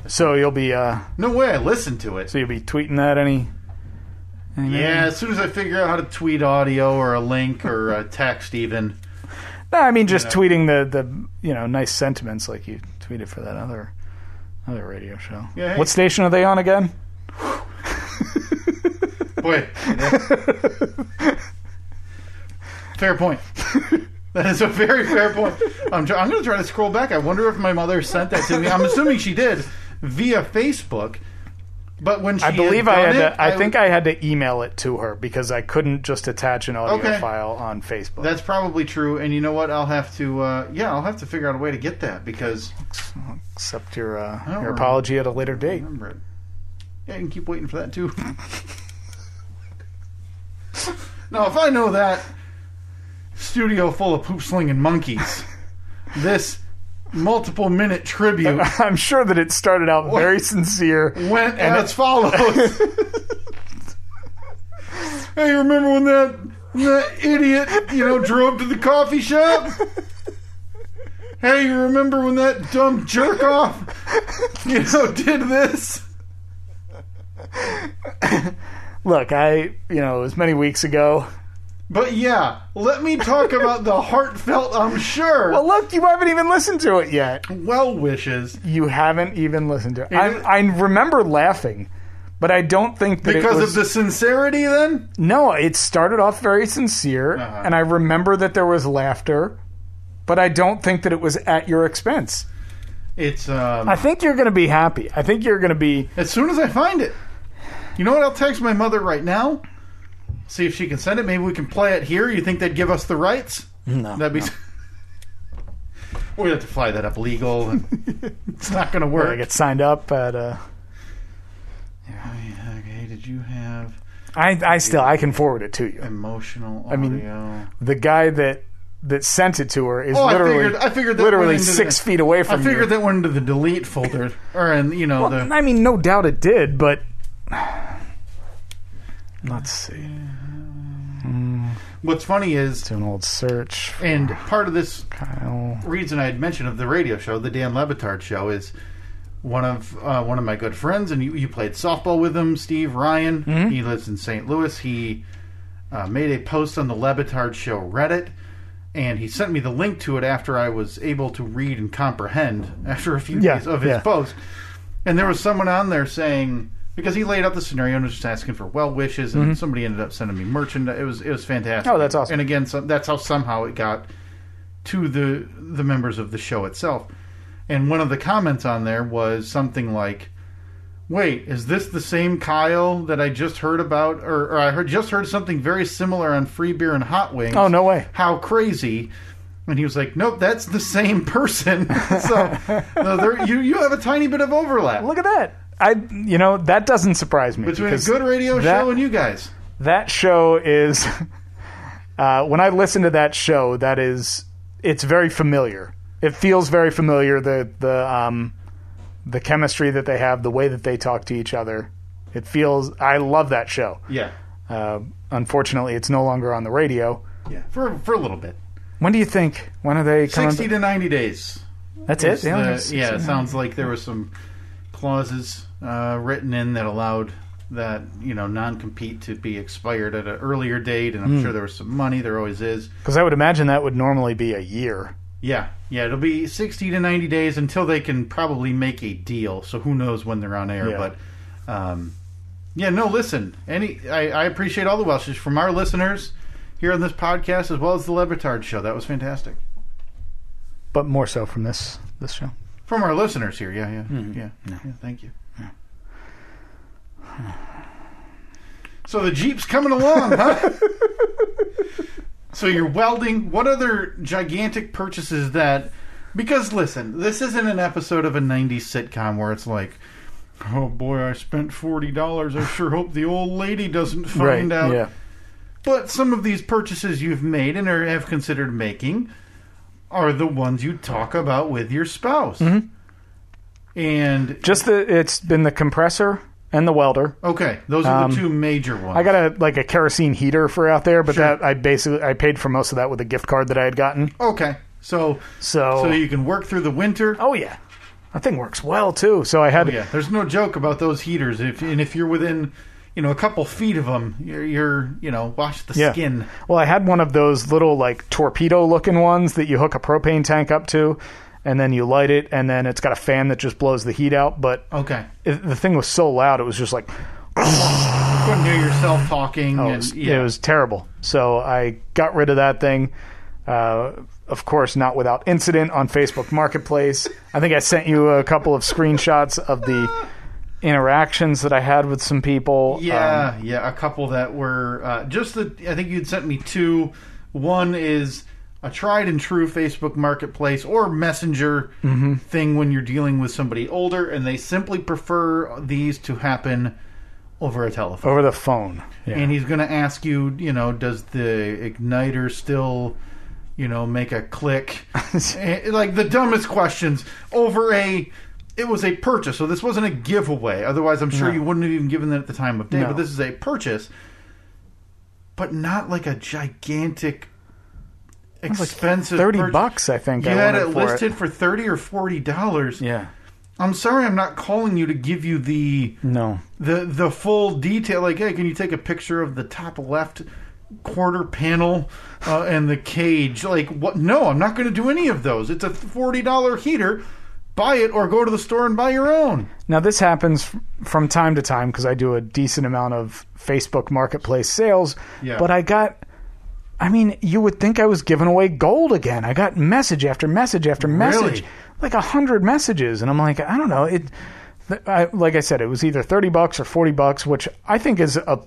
Speaker 1: So you'll be uh,
Speaker 2: No way I listened to it.
Speaker 1: so you'll be tweeting that any. any
Speaker 2: Yeah, as soon as I figure out how to tweet audio or a link or a text, even.
Speaker 1: No, I mean just
Speaker 2: Yeah.
Speaker 1: tweeting the the you know nice sentiments like you tweeted for that other other radio show.
Speaker 2: Yeah, hey.
Speaker 1: What station are they on again?
Speaker 2: Boy. <laughs> fair point. That is a very fair point. I'm, try- I'm going to try to scroll back. I wonder if my mother sent that to me. I'm assuming she did via Facebook. But when she
Speaker 1: I believe I
Speaker 2: done
Speaker 1: had
Speaker 2: it,
Speaker 1: to. I,
Speaker 2: w-
Speaker 1: think I had to email it to her because I couldn't just attach an audio
Speaker 2: Okay.
Speaker 1: file on Facebook.
Speaker 2: that's probably true. And you know what? I'll have to. Uh, yeah, I'll have to figure out a way to get that because
Speaker 1: Accept your uh,
Speaker 2: don't
Speaker 1: your
Speaker 2: remember.
Speaker 1: apology at a later date. <laughs>
Speaker 2: remember it. Yeah, you can keep waiting for that too. <laughs> now, if I know that studio full of poop slinging monkeys, this multiple minute tribute
Speaker 1: I'm sure that it started out very sincere.
Speaker 2: went as follows. hey, remember when that when that idiot, you know, drove to the coffee shop? Hey, you remember when that dumb jerk off, you know, did this?
Speaker 1: Look, I you know it was many weeks ago.
Speaker 2: But yeah, let me talk about the heartfelt, I'm sure,
Speaker 1: Well, look, you haven't even listened to it yet.
Speaker 2: well wishes
Speaker 1: You haven't even listened to it. I,
Speaker 2: is-
Speaker 1: I remember laughing, but I don't think that
Speaker 2: because
Speaker 1: it was,
Speaker 2: of the sincerity. Then
Speaker 1: No, it started off very sincere,
Speaker 2: Uh-huh.
Speaker 1: and I remember that there was laughter, but I don't think that it was at your expense.
Speaker 2: it's um,
Speaker 1: I think you're going to be happy. I think you're going to be.
Speaker 2: As soon as I find it. You know what? I'll text my mother right now. See if she can send it. Maybe we can play it here. You think they'd give us the rights?
Speaker 1: No.
Speaker 2: That'd <laughs> be. We'd have to fly that up legal.
Speaker 1: <laughs>
Speaker 2: And it's not going to
Speaker 1: I
Speaker 2: work.
Speaker 1: get signed up at. Uh,
Speaker 2: Okay, did you have
Speaker 1: I, I still I can forward it to you.
Speaker 2: emotional audio?
Speaker 1: mean, The guy that that sent it to her is
Speaker 2: oh, I
Speaker 1: literally
Speaker 2: figured. I figured that went
Speaker 1: literally
Speaker 2: into
Speaker 1: six
Speaker 2: the,
Speaker 1: feet away
Speaker 2: I
Speaker 1: from
Speaker 2: figured
Speaker 1: you.
Speaker 2: that went into the delete folder, or in you know the.
Speaker 1: I mean, no doubt it did, but <sighs> let's see.
Speaker 2: What's funny is,
Speaker 1: Do an old search.
Speaker 2: and part of this
Speaker 1: Kyle.
Speaker 2: reason I had mentioned of the radio show, the Dan Levitard show, is one of uh, one of my good friends, and you, you played softball with him, Steve Ryan.
Speaker 1: Mm-hmm.
Speaker 2: He lives in St. Louis. He uh, made a post on the Levitard show Reddit, and he sent me the link to it after I was able to read and comprehend <laughs> after a few
Speaker 1: Yeah,
Speaker 2: days of his
Speaker 1: yeah.
Speaker 2: post. And there was someone on there saying because he laid out the scenario and was just asking for well wishes, and somebody ended up sending me merchandise. It was it was fantastic.
Speaker 1: Mm-hmm. Oh, that's awesome.
Speaker 2: And again, so, that's how somehow it got to the the members of the show itself. And one of the comments on there was something like, "Wait, is this the same Kyle that I just heard about, or, or I heard just heard something very similar on Free Beer and Hot Wings?
Speaker 1: Oh no way!
Speaker 2: How crazy!" And he was like, "Nope, that's the same person." <laughs> so no, there, you you have a tiny bit of overlap
Speaker 1: Look at that. I you know that doesn't surprise me
Speaker 2: between a
Speaker 1: because
Speaker 2: good radio
Speaker 1: that-
Speaker 2: show and you guys.
Speaker 1: that show is <laughs> uh, when I listen to that show. That is, it's very familiar. It feels very familiar. The the um the chemistry that they have, the way that they talk to each other. It feels. I love that show.
Speaker 2: Yeah,
Speaker 1: Uh, unfortunately, it's no longer on the radio.
Speaker 2: yeah, for for a little bit,
Speaker 1: When do you think? When are they coming?
Speaker 2: sixty
Speaker 1: back?
Speaker 2: to ninety days.
Speaker 1: That's
Speaker 2: It's
Speaker 1: it. Yeah,
Speaker 2: the-
Speaker 1: that's-
Speaker 2: yeah, it sounds like there were some clauses uh, written in that allowed that you know non-compete to be expired at an earlier date, and I'm sure there was some money. There always is.
Speaker 1: Because I would imagine that would normally be a year.
Speaker 2: Yeah, yeah, it'll be 60 to 90 days until they can probably make a deal. So who knows when they're on air?
Speaker 1: Yeah.
Speaker 2: But um, yeah, no, listen. Any, I, I appreciate all the Welshes from our listeners here on this podcast as well as the Levitard show. That was fantastic
Speaker 1: but more so from this this show.
Speaker 2: from our listeners here. Yeah, yeah, yeah, yeah. Thank you. So the jeep's coming along, huh? so you're welding. What other gigantic purchases that? Because listen, this isn't an episode of a '90s sitcom where it's like, "Oh boy, I spent forty dollars. I sure hope the old lady doesn't find out."
Speaker 1: Yeah.
Speaker 2: But some of these purchases you've made and or have considered making are the ones you talk about with your spouse.
Speaker 1: Mm-hmm.
Speaker 2: And
Speaker 1: Just the it's been the compressor and the welder.
Speaker 2: okay, those are
Speaker 1: Um,
Speaker 2: the two major ones.
Speaker 1: I got a like a kerosene heater for out there, but
Speaker 2: Sure.
Speaker 1: that I basically I paid for most of that with a gift card that I had gotten.
Speaker 2: okay. So
Speaker 1: So,
Speaker 2: so you can work through the winter.
Speaker 1: oh yeah, that thing works well too. So I had
Speaker 2: Oh, Yeah, there's no joke about those heaters. If and if you're within, you know, a couple feet of them, you're, you're you know, wash the
Speaker 1: Yeah.
Speaker 2: skin.
Speaker 1: well I had one of those little like torpedo looking ones that you hook a propane tank up to, and then you light it, and then it's got a fan that just blows the heat out. But
Speaker 2: Okay,
Speaker 1: it, the thing was so loud, it was just like
Speaker 2: couldn't hear yourself talking.
Speaker 1: Oh, it
Speaker 2: and,
Speaker 1: was,
Speaker 2: yeah.
Speaker 1: it was terrible. So I got rid of that thing. Uh, of course, not without incident on Facebook Marketplace. I think I sent you a couple of screenshots of the interactions that I had with some people. Um,
Speaker 2: Yeah, yeah, a couple that were uh, just the. I think you'd sent me two. One is a tried and true Facebook Marketplace or Messenger thing when you're dealing with somebody older, and they simply prefer these to happen over a telephone.
Speaker 1: over the phone. Yeah.
Speaker 2: And he's going to ask you, you know, does the igniter still, you know, make a
Speaker 1: <laughs>
Speaker 2: click? Eh, like the dumbest questions over a it was a purchase so this wasn't a giveaway otherwise i'm sure
Speaker 1: No.
Speaker 2: you wouldn't have even given that at the time of day
Speaker 1: No.
Speaker 2: but this is a purchase but not like a gigantic
Speaker 1: like
Speaker 2: expensive
Speaker 1: Thirty
Speaker 2: purchase.
Speaker 1: bucks, I think.
Speaker 2: you
Speaker 1: I
Speaker 2: had
Speaker 1: wanted
Speaker 2: it
Speaker 1: for
Speaker 2: listed for 30 or 40 dollars
Speaker 1: Yeah.
Speaker 2: i'm sorry i'm not calling you to give you the
Speaker 1: No.
Speaker 2: the the full detail like hey can you take a picture of the top left quarter panel uh, and the cage like what no i'm not going to do any of those it's a $40 heater buy it or go to the store and buy your own
Speaker 1: Now this happens f- from time to time because I do a decent amount of Facebook Marketplace sales.
Speaker 2: Yeah.
Speaker 1: But I got. I mean, you would think I was giving away gold again. I got message after message after message,
Speaker 2: Really?
Speaker 1: like a hundred messages, and I'm like, I don't know. It, th- I, like I said, it was either thirty bucks or forty bucks, which I think is a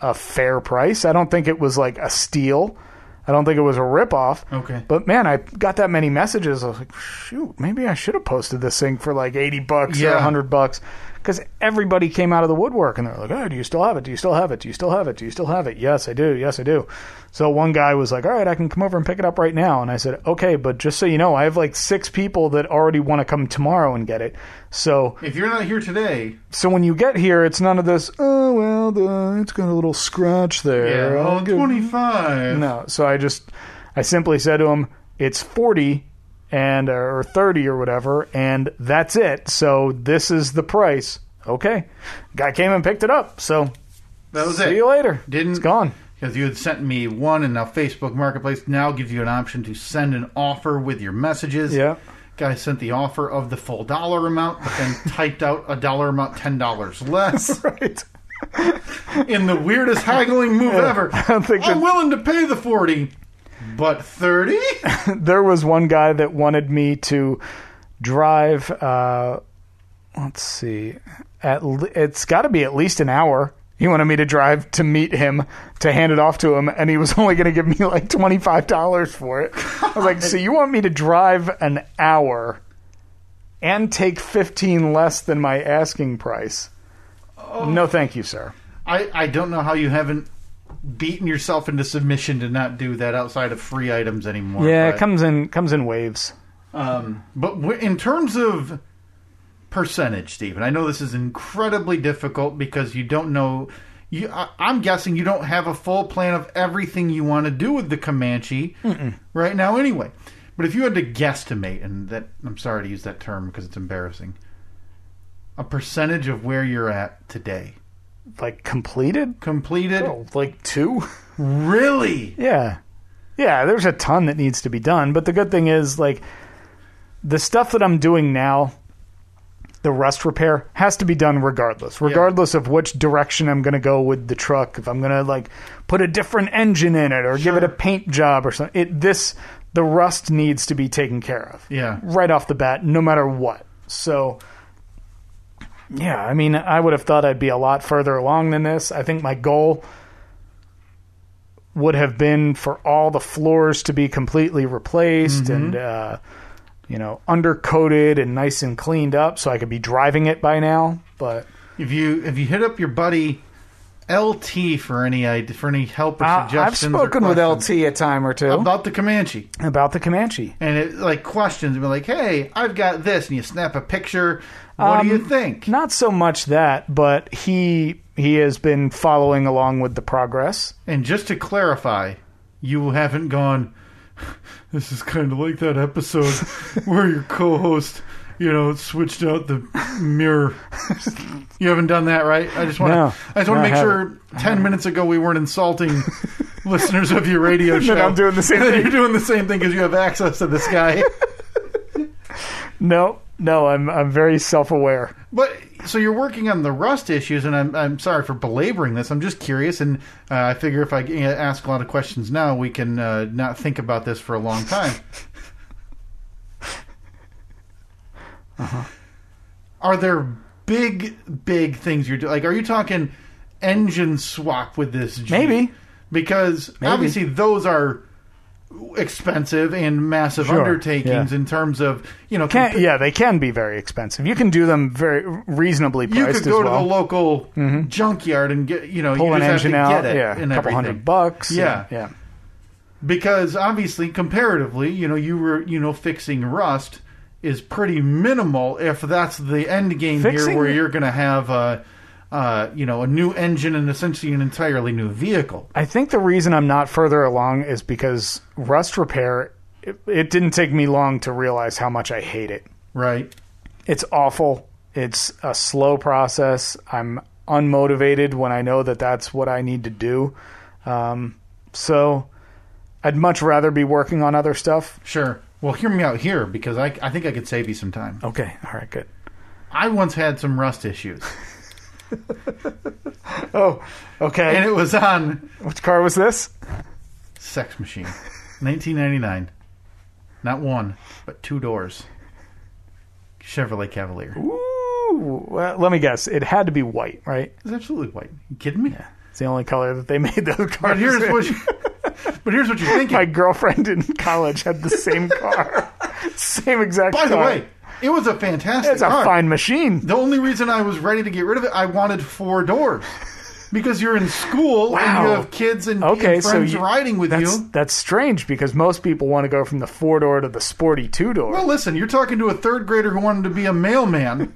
Speaker 1: a fair price. I don't think it was like a steal. I don't think it was a ripoff.
Speaker 2: Okay.
Speaker 1: But man, I got that many messages. I was like, shoot, maybe I should have posted this thing for like eighty bucks or
Speaker 2: Yeah.
Speaker 1: a hundred bucks, because everybody came out of the woodwork and they're like, oh, do you still have it? Do you still have it? Do you still have it? Do you still have it? Yes, I do. Yes, I do. So one guy was like, all right, I can come over and pick it up right now. And I said, okay, but just so you know, I have like six people that already want to come tomorrow and get it. So
Speaker 2: if you're not here today
Speaker 1: so when you get here, it's none of this. Oh well, the, it's got a little scratch there.
Speaker 2: yeah,
Speaker 1: I'll
Speaker 2: oh,
Speaker 1: give-
Speaker 2: 25
Speaker 1: no, so I just I simply said to him, "It's forty and or thirty or whatever, and that's it. So this is the price." Okay, guy came and picked it up. So
Speaker 2: that was
Speaker 1: see
Speaker 2: it
Speaker 1: you later.
Speaker 2: Didn't-
Speaker 1: it's
Speaker 2: <laughs>
Speaker 1: gone.
Speaker 2: because you had sent me one and now facebook marketplace now gives you an option to send an offer with your messages
Speaker 1: Yeah.
Speaker 2: guy sent the offer of the full dollar amount but then typed out a dollar amount $10 less
Speaker 1: Right.
Speaker 2: in the weirdest haggling
Speaker 1: <laughs>
Speaker 2: move ever. I
Speaker 1: don't think
Speaker 2: am
Speaker 1: that-
Speaker 2: willing to pay the 40,
Speaker 1: <laughs>
Speaker 2: but 30?
Speaker 1: there was one guy that wanted me to drive. Uh, let's see, at le- it's got to be at least an hour. He wanted me to drive to meet him to hand it off to him, and he was <laughs> only going to give me like twenty five dollars for it. I was <laughs> like, "So you want me to drive an hour and take fifteen less than my asking price?" No, thank you, sir.
Speaker 2: I, I don't know how you haven't beaten yourself into submission to not do that outside of free items anymore.
Speaker 1: Yeah, it
Speaker 2: but,
Speaker 1: comes in comes in waves.
Speaker 2: um, but w- in terms of percentage, Stephen, I know this is incredibly difficult because you don't know. You, I, I'm guessing you don't have a full plan of everything you want to do with the Comanche right now, anyway. But if you had to guesstimate, and that I'm sorry to use that term because it's embarrassing, a percentage of where you're at today
Speaker 1: Like completed,
Speaker 2: completed,
Speaker 1: Oh, like two.
Speaker 2: really?
Speaker 1: Yeah. Yeah, there's a ton that needs to be done, but the good thing is like the stuff that I'm doing now, the rust repair has to be done regardless. Regardless of which direction I'm going to go with the truck, if I'm going to like put a different engine in it or give it a paint job or something. It this the rust needs to be taken care of
Speaker 2: Yeah.
Speaker 1: right off the bat, no matter what. So, yeah, I mean, I would have thought I'd be a lot further along than this. I think my goal would have been for all the floors to be completely replaced and, uh, you know, undercoated and nice and cleaned up so I could be driving it by now. But
Speaker 2: If you if you hit up your buddy LT for any id- for any help or
Speaker 1: I, Uh, I've
Speaker 2: suggestions, or
Speaker 1: spoken with
Speaker 2: questions
Speaker 1: LT a time or two about,
Speaker 2: about the Comanche.
Speaker 1: the Comanche.
Speaker 2: and it like questions and be like, "Hey, I've got this," and you snap a picture. What do
Speaker 1: Um,
Speaker 2: you think?
Speaker 1: Not so much that, but he he has been following along with the progress.
Speaker 2: And just to clarify, you haven't gone. <laughs> This is kind of like
Speaker 1: <laughs>
Speaker 2: that episode where your co-host, you know, switched out the mirror. you haven't done that, right? I just want to.
Speaker 1: No.
Speaker 2: I just want
Speaker 1: No, I Mm.
Speaker 2: to make sure. Ten minutes ago, we weren't insulting
Speaker 1: <laughs>
Speaker 2: listeners of your radio show.
Speaker 1: That I'm doing the same <laughs>
Speaker 2: That
Speaker 1: thing.
Speaker 2: <laughs> You're doing the same thing because you have access to this
Speaker 1: <laughs>
Speaker 2: guy.
Speaker 1: No, no, I'm I'm very self aware.
Speaker 2: But so you're working on the rust issues, and I'm I'm sorry for belaboring this. I'm just curious, and uh, I figure if I uh, ask a lot of questions now, we can uh, not think about this for a long time.
Speaker 1: <laughs> Uh-huh.
Speaker 2: Are there big, big things you're doing. Like, are you talking engine swap with this? Jeep?
Speaker 1: Maybe.
Speaker 2: because
Speaker 1: Maybe.
Speaker 2: obviously those are expensive and massive
Speaker 1: Sure,
Speaker 2: undertakings
Speaker 1: yeah.
Speaker 2: in terms of you know.
Speaker 1: Can,
Speaker 2: compa-
Speaker 1: yeah, they can be very expensive. You can do them very reasonably
Speaker 2: you
Speaker 1: priced
Speaker 2: could go
Speaker 1: as
Speaker 2: to
Speaker 1: well. Mm-hmm.
Speaker 2: the local junkyard and get you know
Speaker 1: Pull
Speaker 2: you
Speaker 1: an
Speaker 2: just
Speaker 1: engine
Speaker 2: have to
Speaker 1: out,
Speaker 2: get it
Speaker 1: yeah,
Speaker 2: and
Speaker 1: a couple
Speaker 2: everything.
Speaker 1: hundred bucks.
Speaker 2: Yeah.
Speaker 1: yeah.
Speaker 2: because obviously comparatively you know you were you know fixing rust is pretty minimal if that's the end game
Speaker 1: Fixing-
Speaker 2: here where you're going to have a uh, you know a new engine and essentially an entirely new vehicle
Speaker 1: I think the reason I'm not further along is because rust repair. It, it didn't take me long to realize how much I hate it.
Speaker 2: right
Speaker 1: It's awful. It's a slow process. I'm unmotivated when I know that that's what I need to do. Um, so I'd much rather be working on other stuff.
Speaker 2: sure well hear me out here because i, I think i could save you some time
Speaker 1: Okay. All right. Good.
Speaker 2: i once had some rust issues
Speaker 1: Oh, okay.
Speaker 2: and it was on
Speaker 1: Which car was this?
Speaker 2: sex machine 1999 not one but two doors chevrolet cavalier
Speaker 1: Ooh. Well, let me guess. It had to be white, right?
Speaker 2: it's absolutely white you kidding me
Speaker 1: It's the only color that they <laughs> made those cars. <laughs>
Speaker 2: But here's
Speaker 1: in.
Speaker 2: what you, but here's what you're thinking.
Speaker 1: My girlfriend in college had the same car, <laughs> same exact.
Speaker 2: By the
Speaker 1: car.
Speaker 2: way, it was a fantastic
Speaker 1: it's a
Speaker 2: car.
Speaker 1: fine machine.
Speaker 2: The only reason I was ready to get rid of it, I wanted four doors. Because you're in school and you
Speaker 1: Wow.
Speaker 2: have kids and,
Speaker 1: Okay,
Speaker 2: and
Speaker 1: so
Speaker 2: friends
Speaker 1: you-
Speaker 2: riding with
Speaker 1: That's
Speaker 2: you.
Speaker 1: that's strange because most people want to go from the four door to the sporty two door.
Speaker 2: Well, listen, you're talking to a third grader who wanted to be
Speaker 1: <laughs>
Speaker 2: a mailman.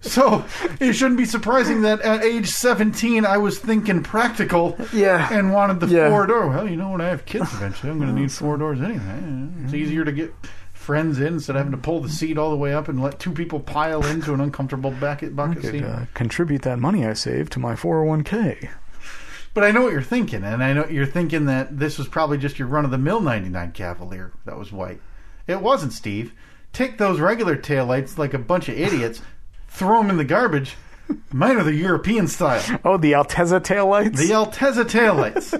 Speaker 2: so it shouldn't be surprising that at age 17 I was thinking practical
Speaker 1: Yeah.
Speaker 2: and wanted the
Speaker 1: Yeah.
Speaker 2: four door. Well, you know, when I have kids eventually, I'm going to need four doors anyway. It's easier to get friends in instead of having to pull the seat all the way up and let two people pile into an uncomfortable bucket, bucket
Speaker 1: Could,
Speaker 2: seat.
Speaker 1: uh, contribute that money I saved to my 401k.
Speaker 2: But I know what you're thinking, and I know you're thinking that this was probably just your run of the mill 99 Cavalier that was white. It wasn't, Steve. Take those regular taillights like a bunch of idiots, throw them in the garbage. Mine are the European style,
Speaker 1: Oh, the Alteza taillights? <laughs>
Speaker 2: the Alteza taillights.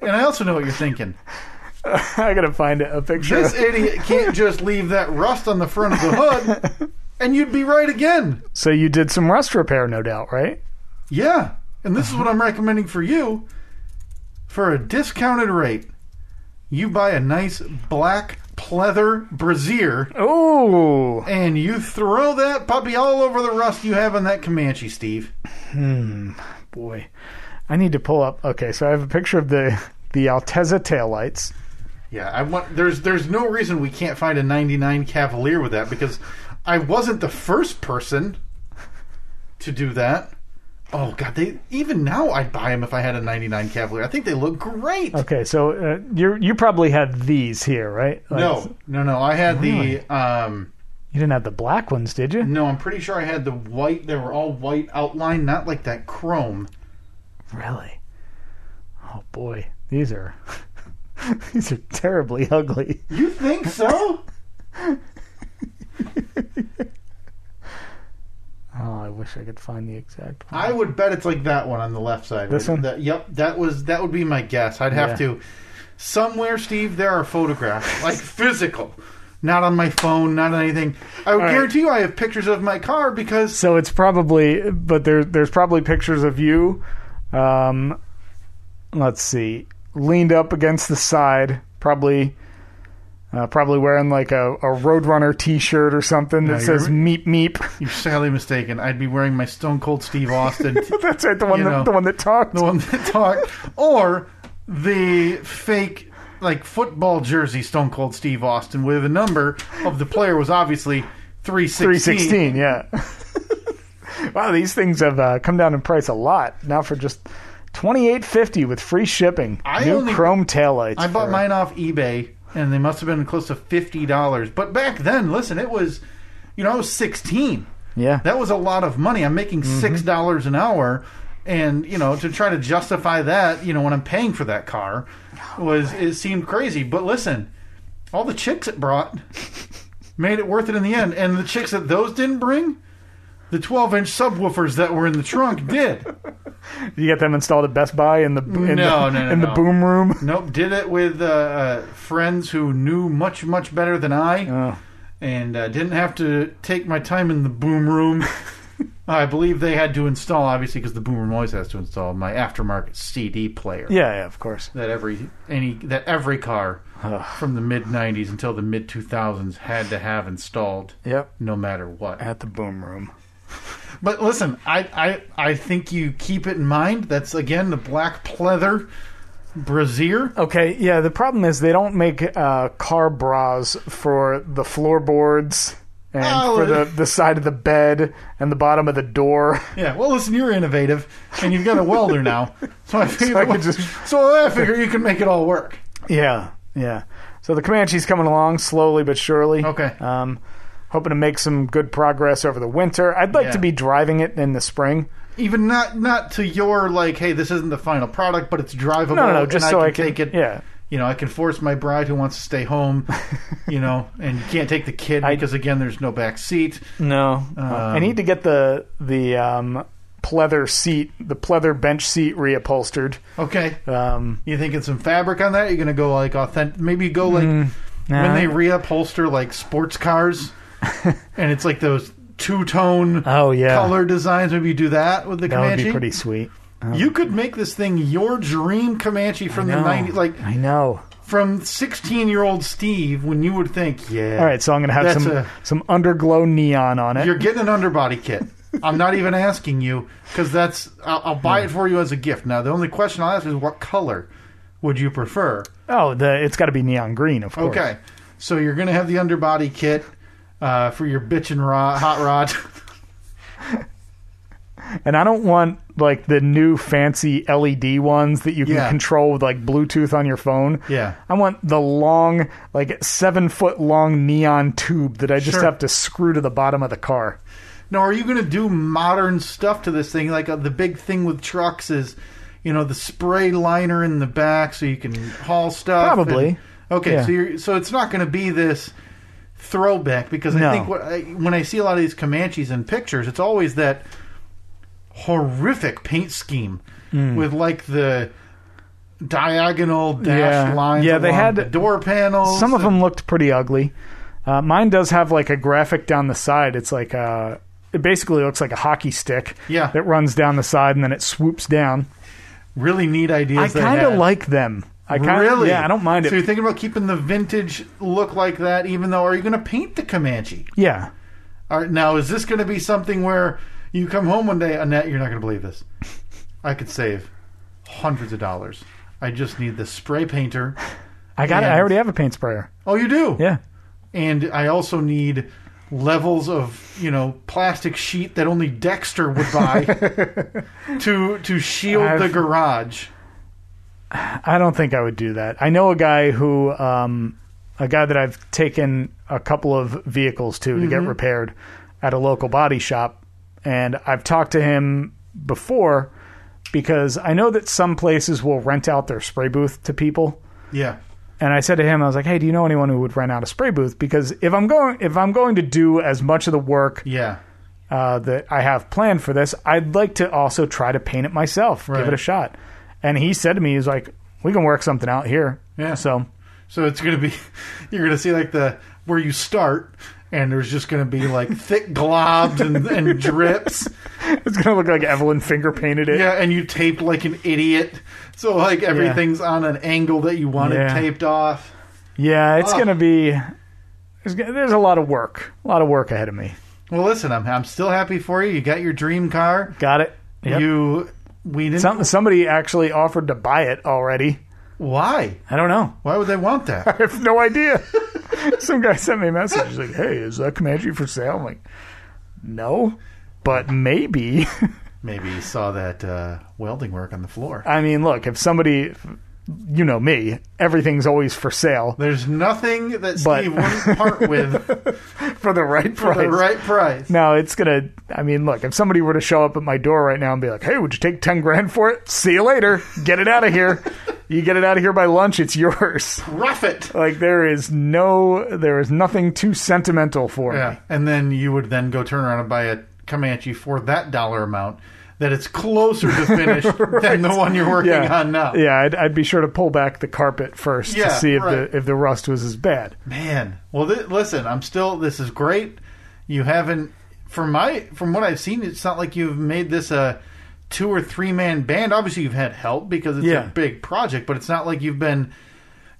Speaker 2: and I also know what you're thinking.
Speaker 1: I gotta find a picture.
Speaker 2: This idiot can't just leave that rust on the front of the hood, and you'd be right again.
Speaker 1: so you did some rust repair, no doubt, right?
Speaker 2: Yeah, and this is what I'm recommending for you. For a discounted rate, you buy a nice black pleather brassiere
Speaker 1: Oh,
Speaker 2: and you throw that puppy all over the rust you have on that Comanche, Steve.
Speaker 1: boy, I need to pull up. Okay, so I have a picture of the the Alteza taillights.
Speaker 2: Yeah, I want there's there's no reason we can't find a 99 Cavalier with that because I wasn't the first person to do that. Oh god, they even now I'd buy them if I had a 99 Cavalier. I think they look great.
Speaker 1: Okay, so uh, you you probably had these here, right? Like,
Speaker 2: No, no, no. I had
Speaker 1: Really?
Speaker 2: the um
Speaker 1: you didn't have the black ones, did you?
Speaker 2: No, I'm pretty sure I had the white. They were all white outline, not like that chrome.
Speaker 1: Really? Oh boy, these are <laughs> these are terribly ugly.
Speaker 2: You think so?
Speaker 1: Oh, I wish I could find the exact one.
Speaker 2: I would bet it's like that one on the left side.
Speaker 1: This one?
Speaker 2: That, yep, that was that would be my guess. I'd have
Speaker 1: Yeah.
Speaker 2: to. Somewhere, Steve, there are photographs, like physical, not on my phone, not on anything. I would
Speaker 1: right.
Speaker 2: guarantee you, I have pictures of my car because
Speaker 1: So it's probably, but there there's probably pictures of you. Um, let's see, leaned up against the side, probably. Uh, probably wearing like a, a Roadrunner T-shirt or something that
Speaker 2: No,
Speaker 1: says "meep meep." <laughs>
Speaker 2: you're sadly mistaken. I'd be wearing my Stone Cold Steve Austin, t-
Speaker 1: That's right, the one
Speaker 2: You
Speaker 1: that
Speaker 2: know.
Speaker 1: the one that talked.
Speaker 2: the one that talked, or the fake like football jersey Stone Cold Steve Austin with a number of the player was obviously 316.
Speaker 1: Three sixteen, yeah. <laughs> wow, these things have uh, come down in price a lot now for just twenty eight fifty with free shipping.
Speaker 2: I
Speaker 1: New
Speaker 2: only-
Speaker 1: chrome taillights.
Speaker 2: I bought
Speaker 1: for-
Speaker 2: mine off eBay and they must have been close to $50. But back then, listen, it was you know, I was 16.
Speaker 1: Yeah, Mm-hmm.
Speaker 2: That was a lot of money. I'm making $6 an hour and, you know, to try to justify that, you know, when I'm paying for that car
Speaker 1: Oh,
Speaker 2: was it seemed crazy. But listen, all the chicks it brought made it worth it in the end. And the chicks that those didn't bring, the 12 inch subwoofers that were in the trunk did.
Speaker 1: you get them installed at Best Buy in the in,
Speaker 2: No,
Speaker 1: the,
Speaker 2: no, no,
Speaker 1: in the
Speaker 2: no.
Speaker 1: boom
Speaker 2: <laughs>
Speaker 1: room.
Speaker 2: Nope, did it with uh, uh, friends who knew much, much better than I.
Speaker 1: Oh.
Speaker 2: and uh, didn't have to take my time in the
Speaker 1: <laughs>
Speaker 2: boom room. I believe they had to install, obviously, because the boom room always has to install my aftermarket CD player
Speaker 1: Yeah, yeah, of course.
Speaker 2: that every any that every car from the mid '90s until the mid 2000s had to have installed,
Speaker 1: Yep.
Speaker 2: no matter what.
Speaker 1: At the boom room.
Speaker 2: But listen, I I, I think you keep it in mind. That's again the black pleather brassiere.
Speaker 1: Okay, yeah, the problem is they don't make uh, car bras for the floorboards and
Speaker 2: Oh.
Speaker 1: for the, the side of the bed and the bottom of the door.
Speaker 2: Yeah. Well, listen, you're innovative, and you've got a
Speaker 1: <laughs>
Speaker 2: welder now, so I figure
Speaker 1: I could just-
Speaker 2: so I figure you can make it all work.
Speaker 1: Yeah, yeah. So the Comanche's coming along slowly but surely.
Speaker 2: Okay.
Speaker 1: Um, hoping to make some good progress over the winter. I'd like
Speaker 2: Yeah.
Speaker 1: to be driving it in the spring.
Speaker 2: Even not not to your like, hey, this isn't the final product, but it's drivable.
Speaker 1: No, no, no.
Speaker 2: and
Speaker 1: Just
Speaker 2: I
Speaker 1: so
Speaker 2: can
Speaker 1: I can
Speaker 2: take it.
Speaker 1: Yeah,
Speaker 2: you know, I can force my bride who wants to
Speaker 1: <laughs>
Speaker 2: stay home, you know, and you can't take the kid
Speaker 1: I-
Speaker 2: because again, there's no back seat.
Speaker 1: no. I
Speaker 2: Um,
Speaker 1: need to get the the um, pleather seat, the pleather bench seat reupholstered.
Speaker 2: Okay,
Speaker 1: Um,
Speaker 2: you thinking some fabric on that? You're gonna go like authentic? Maybe go like when
Speaker 1: Mm, nah.
Speaker 2: they reupholster like
Speaker 1: <laughs>
Speaker 2: sports cars, and it's like those two tone
Speaker 1: oh yeah,
Speaker 2: color designs. Maybe you do that with the
Speaker 1: that would
Speaker 2: Comanche.
Speaker 1: be pretty sweet.
Speaker 2: You could make this thing your dream Comanche from the
Speaker 1: No,
Speaker 2: 90s, like
Speaker 1: I know.
Speaker 2: from 16 year old Steve, when you would think, yeah,
Speaker 1: All right, so I'm gonna have
Speaker 2: That's
Speaker 1: some
Speaker 2: a-
Speaker 1: some underglow neon on it.
Speaker 2: You're getting an underbody kit. I'm not even asking you because that's. I'll, I'll buy it for you as a gift. Now the only question I'll ask is what color would you prefer?
Speaker 1: Oh, the it's got to be neon green, of course.
Speaker 2: Okay, so you're gonna have the underbody kit uh, for your bitchin' rod, hot rod. <laughs>
Speaker 1: And I don't want like the new fancy LED ones that you can
Speaker 2: Yeah.
Speaker 1: control with like Bluetooth on your phone.
Speaker 2: yeah,
Speaker 1: I want the long, like seven foot long neon tube that I just
Speaker 2: Sure.
Speaker 1: have to screw to the bottom of the car.
Speaker 2: Now, are you going to do modern stuff to this thing? Like uh, the big thing with trucks is, you know, the spray liner in the back so you can haul stuff.
Speaker 1: Probably.
Speaker 2: and- okay,
Speaker 1: Yeah.
Speaker 2: so you're, so it's not going to be this throwback because
Speaker 1: No.
Speaker 2: I think what I, when I see a lot of these Comanches in pictures, it's always that horrific paint scheme
Speaker 1: Hmm.
Speaker 2: with like the diagonal dash
Speaker 1: Yeah.
Speaker 2: lines.
Speaker 1: Yeah, they
Speaker 2: along
Speaker 1: had-
Speaker 2: the door panels.
Speaker 1: Some of
Speaker 2: and-
Speaker 1: them looked pretty ugly. Uh, mine does have like a graphic down the side. It's like uh it basically looks like a hockey stick
Speaker 2: Yeah.
Speaker 1: that runs down the side and then it swoops down.
Speaker 2: really neat ideas.
Speaker 1: I
Speaker 2: they
Speaker 1: kind
Speaker 2: had.
Speaker 1: of like them. I kind
Speaker 2: really?
Speaker 1: yeah, I don't mind
Speaker 2: So
Speaker 1: it.
Speaker 2: you're thinking about keeping the vintage look like that, even though are you going to paint the Comanche?
Speaker 1: Yeah.
Speaker 2: All right, now is this going to be something where you come home one day, Annette? You're not going to believe this. I could save hundreds of dollars. I just need the spray painter.
Speaker 1: I got it. I
Speaker 2: And-
Speaker 1: already have a paint sprayer.
Speaker 2: Oh, you do?
Speaker 1: Yeah.
Speaker 2: And I also need levels of you know plastic sheet that only Dexter would
Speaker 1: <laughs>
Speaker 2: buy to to shield the
Speaker 1: I've-
Speaker 2: garage.
Speaker 1: I don't think I would do that. I know a guy who, um, a guy that I've taken a couple of vehicles to to get repaired at a local body shop, and I've talked to him before because I know that some places will rent out their spray booth to people.
Speaker 2: Yeah.
Speaker 1: And I said to him, I was like, "Hey, do you know anyone who would rent out a spray booth? Because if I'm going, if I'm going to do as much of the work
Speaker 2: Yeah.
Speaker 1: uh, that I have planned for this. I'd like to also try to paint it myself, give
Speaker 2: Right.
Speaker 1: it a shot. And he said to me, he's like, we can work something out here.
Speaker 2: Yeah.
Speaker 1: So, <laughs>
Speaker 2: So it's gonna be <laughs> you're gonna see like the where you start and there's just gonna
Speaker 1: <laughs>
Speaker 2: be like thick globs and, and drips.
Speaker 1: it's going to look like Evelyn finger painted it.
Speaker 2: Yeah, and you tape like an idiot. So like everything's on an angle that you wanted
Speaker 1: Yeah.
Speaker 2: taped off.
Speaker 1: Yeah, it's
Speaker 2: Oh.
Speaker 1: going to be, there's, gonna- there's a lot of work, a lot of work ahead of me.
Speaker 2: Well listen, I'm I'm still happy for you. You got your dream car.
Speaker 1: Got it. Yep.
Speaker 2: You we didn't
Speaker 1: Some, somebody actually offered to buy it already.
Speaker 2: why?
Speaker 1: I don't know.
Speaker 2: Why would they want that? <laughs>
Speaker 1: I have no idea. <laughs> Some guy sent me a message. He's like, hey, is that Comanche for sale? I'm like, no, but maybe. <laughs>
Speaker 2: Maybe you saw that uh, welding work on the floor.
Speaker 1: I mean, look, if somebody, you know me, everything's always for sale
Speaker 2: There's nothing that
Speaker 1: But-
Speaker 2: Steve wouldn't
Speaker 1: <laughs>
Speaker 2: part with
Speaker 1: for the right
Speaker 2: <laughs> for
Speaker 1: price.
Speaker 2: the right price.
Speaker 1: No, it's gonna. I mean, look, if somebody were to show up at my door right now and be like, "Hey, would you take ten grand for it? See you later. Get it out of here. you get it out of here by lunch. It's yours." <laughs>
Speaker 2: Rough it.
Speaker 1: Like there is no, there is nothing too sentimental for me.
Speaker 2: Yeah, and then you would then go turn around and buy a Comanche for that dollar amount that it's closer
Speaker 1: <laughs>
Speaker 2: to finished than the one you're working
Speaker 1: yeah,
Speaker 2: on now.
Speaker 1: yeah. I'd, I'd be sure to pull back the carpet first
Speaker 2: Yeah,
Speaker 1: to see if
Speaker 2: right.
Speaker 1: the if the rust was as bad.
Speaker 2: Man, well, th- listen, I'm still. This is great. You haven't, from my, from what I've seen, it's not like you've made this a two or three man band. Obviously, you've had help because it's
Speaker 1: Yeah.
Speaker 2: a big project, but it's not like you've been,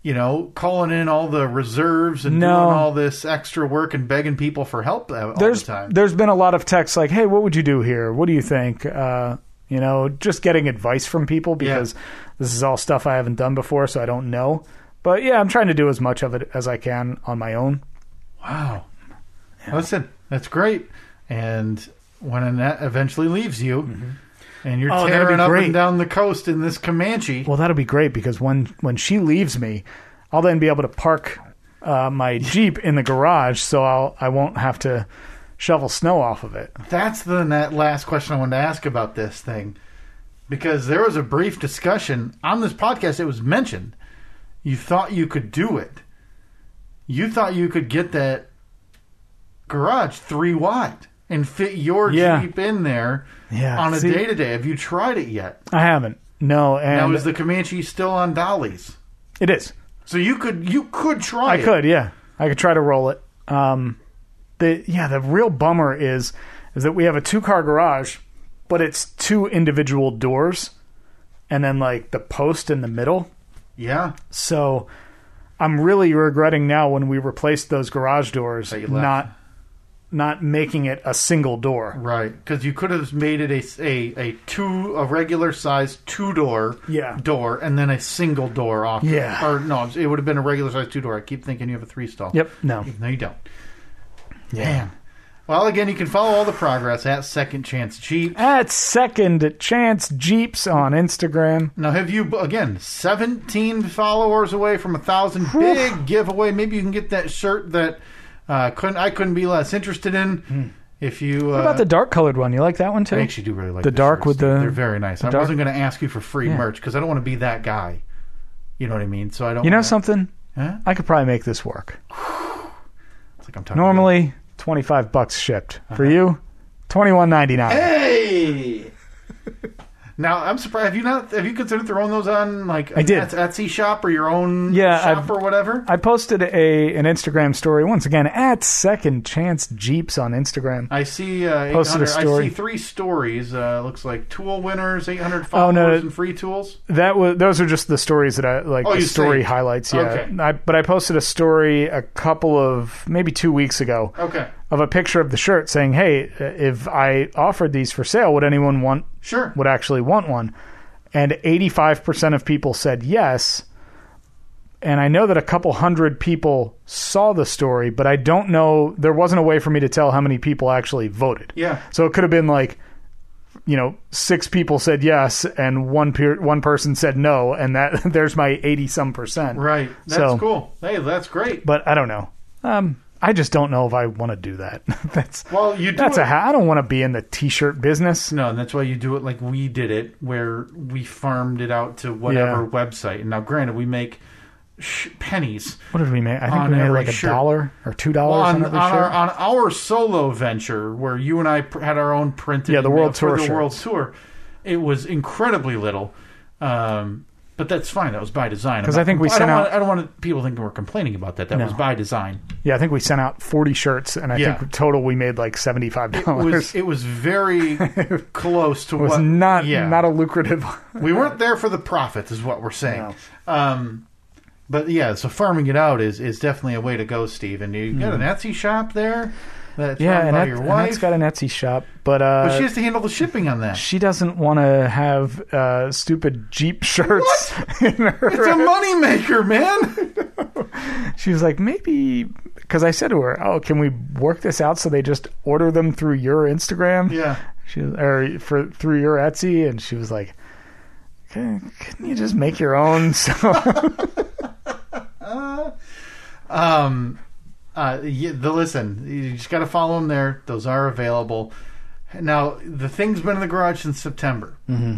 Speaker 2: you know, calling in all the reserves and
Speaker 1: No.
Speaker 2: doing all this extra work and begging people for help uh, all
Speaker 1: There's
Speaker 2: the time.
Speaker 1: there's been a lot of texts like, "Hey, what would you do here? What do you think?" Uh, you know, just getting advice from people because this is all stuff I haven't done before, so I don't know. But yeah, I'm trying to do as much of it as I can on my own.
Speaker 2: Wow. Listen, that's great. And when that eventually leaves you, and you're
Speaker 1: Oh, that'd be
Speaker 2: tearing up
Speaker 1: great.
Speaker 2: and down the coast in this Comanche.
Speaker 1: Well, that'll be great because when when she leaves me, I'll then be able to park uh, my
Speaker 2: <laughs>
Speaker 1: jeep in the garage, so I'll I won't have to shovel snow off of it.
Speaker 2: That's the that last question I wanted to ask about this thing, because there was a brief discussion on this podcast. It was mentioned. You thought you could do it. You thought you could get that garage three wide and fit your
Speaker 1: Yeah.
Speaker 2: jeep in there
Speaker 1: Yeah,
Speaker 2: on a
Speaker 1: see,
Speaker 2: day to day. Have you tried it yet?
Speaker 1: I haven't. No,
Speaker 2: now
Speaker 1: and
Speaker 2: is the Comanche still on dollies?
Speaker 1: it is.
Speaker 2: So you could you could try.
Speaker 1: I
Speaker 2: it.
Speaker 1: could, yeah. I could try to roll it. Um, the yeah, the real bummer is is that we have a two car garage, but it's two individual doors, and then like the post in the middle.
Speaker 2: Yeah.
Speaker 1: So I'm really regretting now when we replaced those garage doors,
Speaker 2: you left.
Speaker 1: not not making it a single door.
Speaker 2: Right, because you could have made it a, a, a two a regular size two door
Speaker 1: Yeah.
Speaker 2: door and then a single door off.
Speaker 1: Yeah.
Speaker 2: or no, it would have been a regular size two door. I keep thinking you have a three stall.
Speaker 1: Yep. No.
Speaker 2: No, you don't. Damn. Well, again, you can follow all the progress at Second Chance Jeep.
Speaker 1: At second chance Jeeps on Instagram.
Speaker 2: Now, have you again seventeen followers away from a thousand? Big giveaway. Maybe you can get that shirt that uh, couldn't I couldn't be less interested in. If you uh,
Speaker 1: Hmm. What about the dark colored one? You like that one too?
Speaker 2: I actually do really like
Speaker 1: The
Speaker 2: the
Speaker 1: dark with the-
Speaker 2: They're very nice. I
Speaker 1: dark-
Speaker 2: wasn't going to ask you for free merch 'cause merch because I don't want to be that guy. You know what I mean? So I don't.
Speaker 1: you know
Speaker 2: wanna-
Speaker 1: something?
Speaker 2: Huh?
Speaker 1: I could probably make this work.
Speaker 2: It's like I'm talking.
Speaker 1: Normally, twenty five bucks shipped. For
Speaker 2: Uh-huh.
Speaker 1: you, twenty one ninety nine.
Speaker 2: to- Hey. <laughs> now I'm surprised. Have you not? Have you considered throwing those on like
Speaker 1: I did.
Speaker 2: Ets- Etsy shop or your own
Speaker 1: Yeah,
Speaker 2: shop
Speaker 1: I've-
Speaker 2: or whatever?
Speaker 1: I posted a an Instagram story once again at Second Chance Jeeps on Instagram.
Speaker 2: I see. Uh,
Speaker 1: Posted a
Speaker 2: 800
Speaker 1: story.
Speaker 2: I see three stories. Uh, looks like tool winners, 800
Speaker 1: Oh,
Speaker 2: followers,
Speaker 1: no.
Speaker 2: and free tools.
Speaker 1: That was those are just the stories that I like
Speaker 2: Oh,
Speaker 1: the
Speaker 2: you
Speaker 1: story
Speaker 2: saved.
Speaker 1: highlights. Yeah,
Speaker 2: Okay.
Speaker 1: I, but I posted a story a couple of maybe two weeks ago
Speaker 2: Okay,
Speaker 1: of a picture of the shirt saying, "Hey, if I offered these for sale, would anyone want
Speaker 2: sure.
Speaker 1: would actually want one. And 85% of people said yes. And I know that a couple hundred people saw the story, but I don't know. There wasn't a way for me to tell how many people actually voted.
Speaker 2: Yeah.
Speaker 1: So it could have been like, you know, six people said yes, and one per- one person said no, and that <laughs> there's my eighty some percent.
Speaker 2: Right. That's
Speaker 1: So-
Speaker 2: cool. Hey, that's great.
Speaker 1: But I don't know. Um, I just don't know if I want to do that. <laughs> that's
Speaker 2: Well, you do
Speaker 1: that's
Speaker 2: it.
Speaker 1: a ha- I don't want to be in the t-shirt business.
Speaker 2: No, and that's why you do it like we did it, where we farmed it out to whatever
Speaker 1: Yeah.
Speaker 2: website. And now, granted, we make sh- pennies
Speaker 1: What did we make? I think
Speaker 2: On
Speaker 1: we made
Speaker 2: every
Speaker 1: like a
Speaker 2: shirt.
Speaker 1: dollar or two dollars on,
Speaker 2: on, on,
Speaker 1: every
Speaker 2: our, uh,
Speaker 1: shirt.
Speaker 2: on our solo venture, where you and I pr- had our own printed.
Speaker 1: Yeah, the
Speaker 2: email
Speaker 1: world
Speaker 2: for
Speaker 1: tour
Speaker 2: The
Speaker 1: shirts.
Speaker 2: world tour. It was incredibly little, um, but that's fine. That was by design.
Speaker 1: 'Cause
Speaker 2: I'm
Speaker 1: I think we
Speaker 2: not- I
Speaker 1: sent
Speaker 2: don't
Speaker 1: out-
Speaker 2: Want, I don't want people thinking we're complaining about that. That
Speaker 1: No.
Speaker 2: was
Speaker 1: <laughs>
Speaker 2: by design.
Speaker 1: Yeah, I think we sent out forty shirts, and I
Speaker 2: Yeah.
Speaker 1: think total we made like seventy five
Speaker 2: It was,
Speaker 1: dollars. It
Speaker 2: it
Speaker 1: <laughs>
Speaker 2: was very close to
Speaker 1: was
Speaker 2: what
Speaker 1: not
Speaker 2: yeah.
Speaker 1: not a lucrative. <laughs>
Speaker 2: we weren't there for the profits, is what we're saying. Um, but yeah, so farming it out is is definitely a way to go, Steve. And you got an Etsy shop there. That's
Speaker 1: Hmm. yeah,
Speaker 2: run
Speaker 1: and,
Speaker 2: by
Speaker 1: that,
Speaker 2: your
Speaker 1: and
Speaker 2: wife.
Speaker 1: that's got an Etsy shop, but uh,
Speaker 2: but she has to handle the shipping
Speaker 1: <laughs>
Speaker 2: on that.
Speaker 1: she doesn't want to have uh, stupid Jeep <laughs> shirts. In her.
Speaker 2: It's a moneymaker, man.
Speaker 1: she was like, maybe because I said to her, "Oh, can we work this out so they just order them through your Instagram?"
Speaker 2: yeah.
Speaker 1: She was, or for through your Etsy, and she was like, "Couldn't couldn't you just make your own?" <laughs> So
Speaker 2: Um, uh, yeah, the listen, you just got to follow them there. Those are available. Now, the thing's been in the garage since September. Mm-hmm.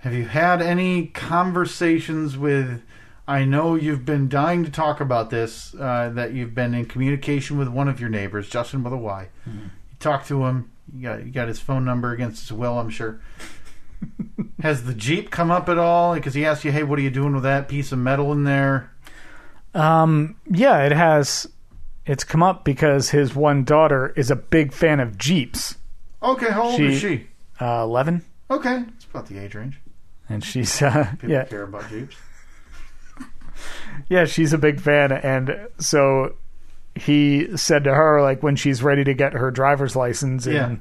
Speaker 2: Have you had any conversations with? I know you've been dying to talk about this. Uh, that you've been in communication with one of your neighbors, Justin with a Y. You talked to him. You got you got his phone number against his will, I'm sure. Has the Jeep come up at all? Because he asked you, "Hey, what are you doing with that piece of metal in there?"
Speaker 1: Um, yeah, it has. It's come up because his one daughter is a big fan of Jeeps.
Speaker 2: Okay, how old
Speaker 1: She-
Speaker 2: is she?
Speaker 1: Uh, Eleven,
Speaker 2: Okay, it's about the age range.
Speaker 1: and she's <laughs> uh,
Speaker 2: People
Speaker 1: yeah,
Speaker 2: care about Jeeps.
Speaker 1: yeah, she's a big fan, and so he said to her like when she's ready to get her driver's license in
Speaker 2: Yeah.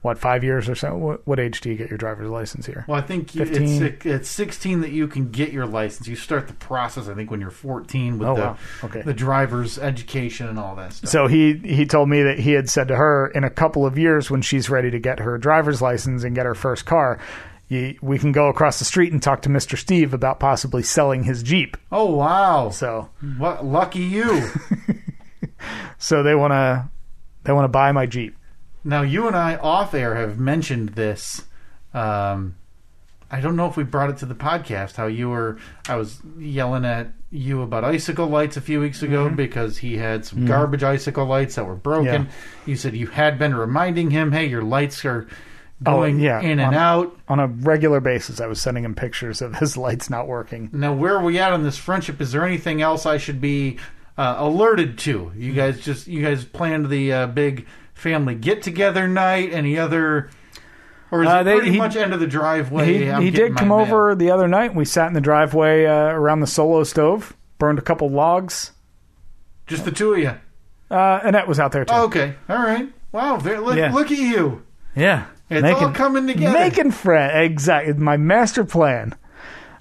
Speaker 1: what five years or so. What, what age do you get your driver's license here?
Speaker 2: Well, I think you, it's
Speaker 1: 15.
Speaker 2: six- it's 16 that you can get your license. You start the process, I think, when you're 14 with
Speaker 1: Oh
Speaker 2: the
Speaker 1: wow, okay.
Speaker 2: the driver's education and all that stuff.
Speaker 1: So he he told me that he had said to her in a couple of years when she's ready to get her driver's license and get her first car, you, we can go across the street and talk to Mr. Steve about possibly selling his Jeep.
Speaker 2: oh wow,
Speaker 1: So
Speaker 2: what lucky you!
Speaker 1: so they want to they want to buy my Jeep.
Speaker 2: now you and I off air have mentioned this. Um, I don't know if we brought it to the podcast. How you were, I was yelling at you about icicle lights a few weeks ago because he had some garbage icicle lights that were broken.
Speaker 1: Mm-hmm. Yeah.
Speaker 2: You said you had been reminding him, "Hey, your lights are going
Speaker 1: Oh, yeah, Um,
Speaker 2: in
Speaker 1: on-
Speaker 2: and out."
Speaker 1: On a regular basis, I was sending him pictures of his lights not working.
Speaker 2: Now, where are we at on this friendship? Is there anything else I should be uh, alerted to?
Speaker 1: Hmm.
Speaker 2: You guys just you guys planned the uh, big family get together night. Any other, or is
Speaker 1: Uh,
Speaker 2: it
Speaker 1: they-
Speaker 2: pretty
Speaker 1: he-
Speaker 2: much end of the driveway?
Speaker 1: He,
Speaker 2: I'm
Speaker 1: he
Speaker 2: getting
Speaker 1: did
Speaker 2: my
Speaker 1: come
Speaker 2: mail?
Speaker 1: over the other night. and We sat in the driveway uh, around the solo stove, burned a couple logs.
Speaker 2: Just the two of you.
Speaker 1: Uh, Annette was out there too.
Speaker 2: Oh, okay, all right. Wow, very, look,
Speaker 1: Yeah.
Speaker 2: look at you.
Speaker 1: yeah,
Speaker 2: It's all coming together.
Speaker 1: Making friends, exactly. My master plan.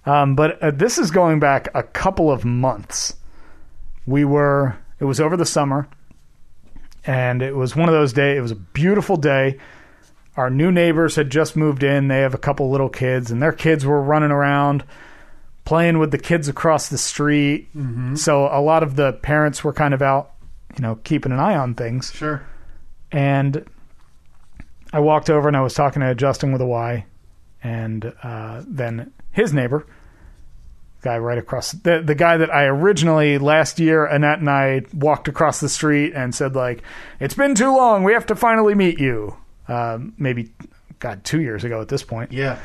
Speaker 1: Um, but uh, this is going back a couple of months. We were. It was over the summer, and it was one of those days. It was a beautiful day. Our new neighbors had just moved in. They have a couple little kids, and their kids were running around playing with the kids across the street. So a lot of the parents were kind of out, you know, keeping an eye on things
Speaker 2: Sure.
Speaker 1: and I walked over and I was talking to Justin with a Y, and uh, then his neighbor, guy right across the the guy that I originally last year Annette and I walked across the street and said like, "It's been too long. We have to finally meet you." Um, maybe, God, two years ago at this point,
Speaker 2: Yeah.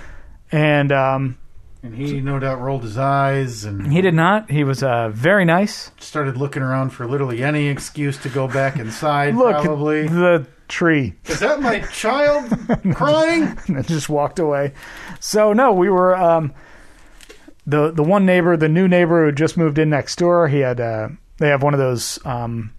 Speaker 1: and um,
Speaker 2: And he no doubt rolled his eyes and
Speaker 1: he did not. He was uh, very nice.
Speaker 2: started looking around for literally any excuse to go back inside.
Speaker 1: Look, <laughs>
Speaker 2: probably
Speaker 1: the tree. <laughs>
Speaker 2: is that my child crying?
Speaker 1: and then just walked away. So no, we were um, the the one neighbor, the new neighbor who just moved in next door. He had uh, they have one of those um,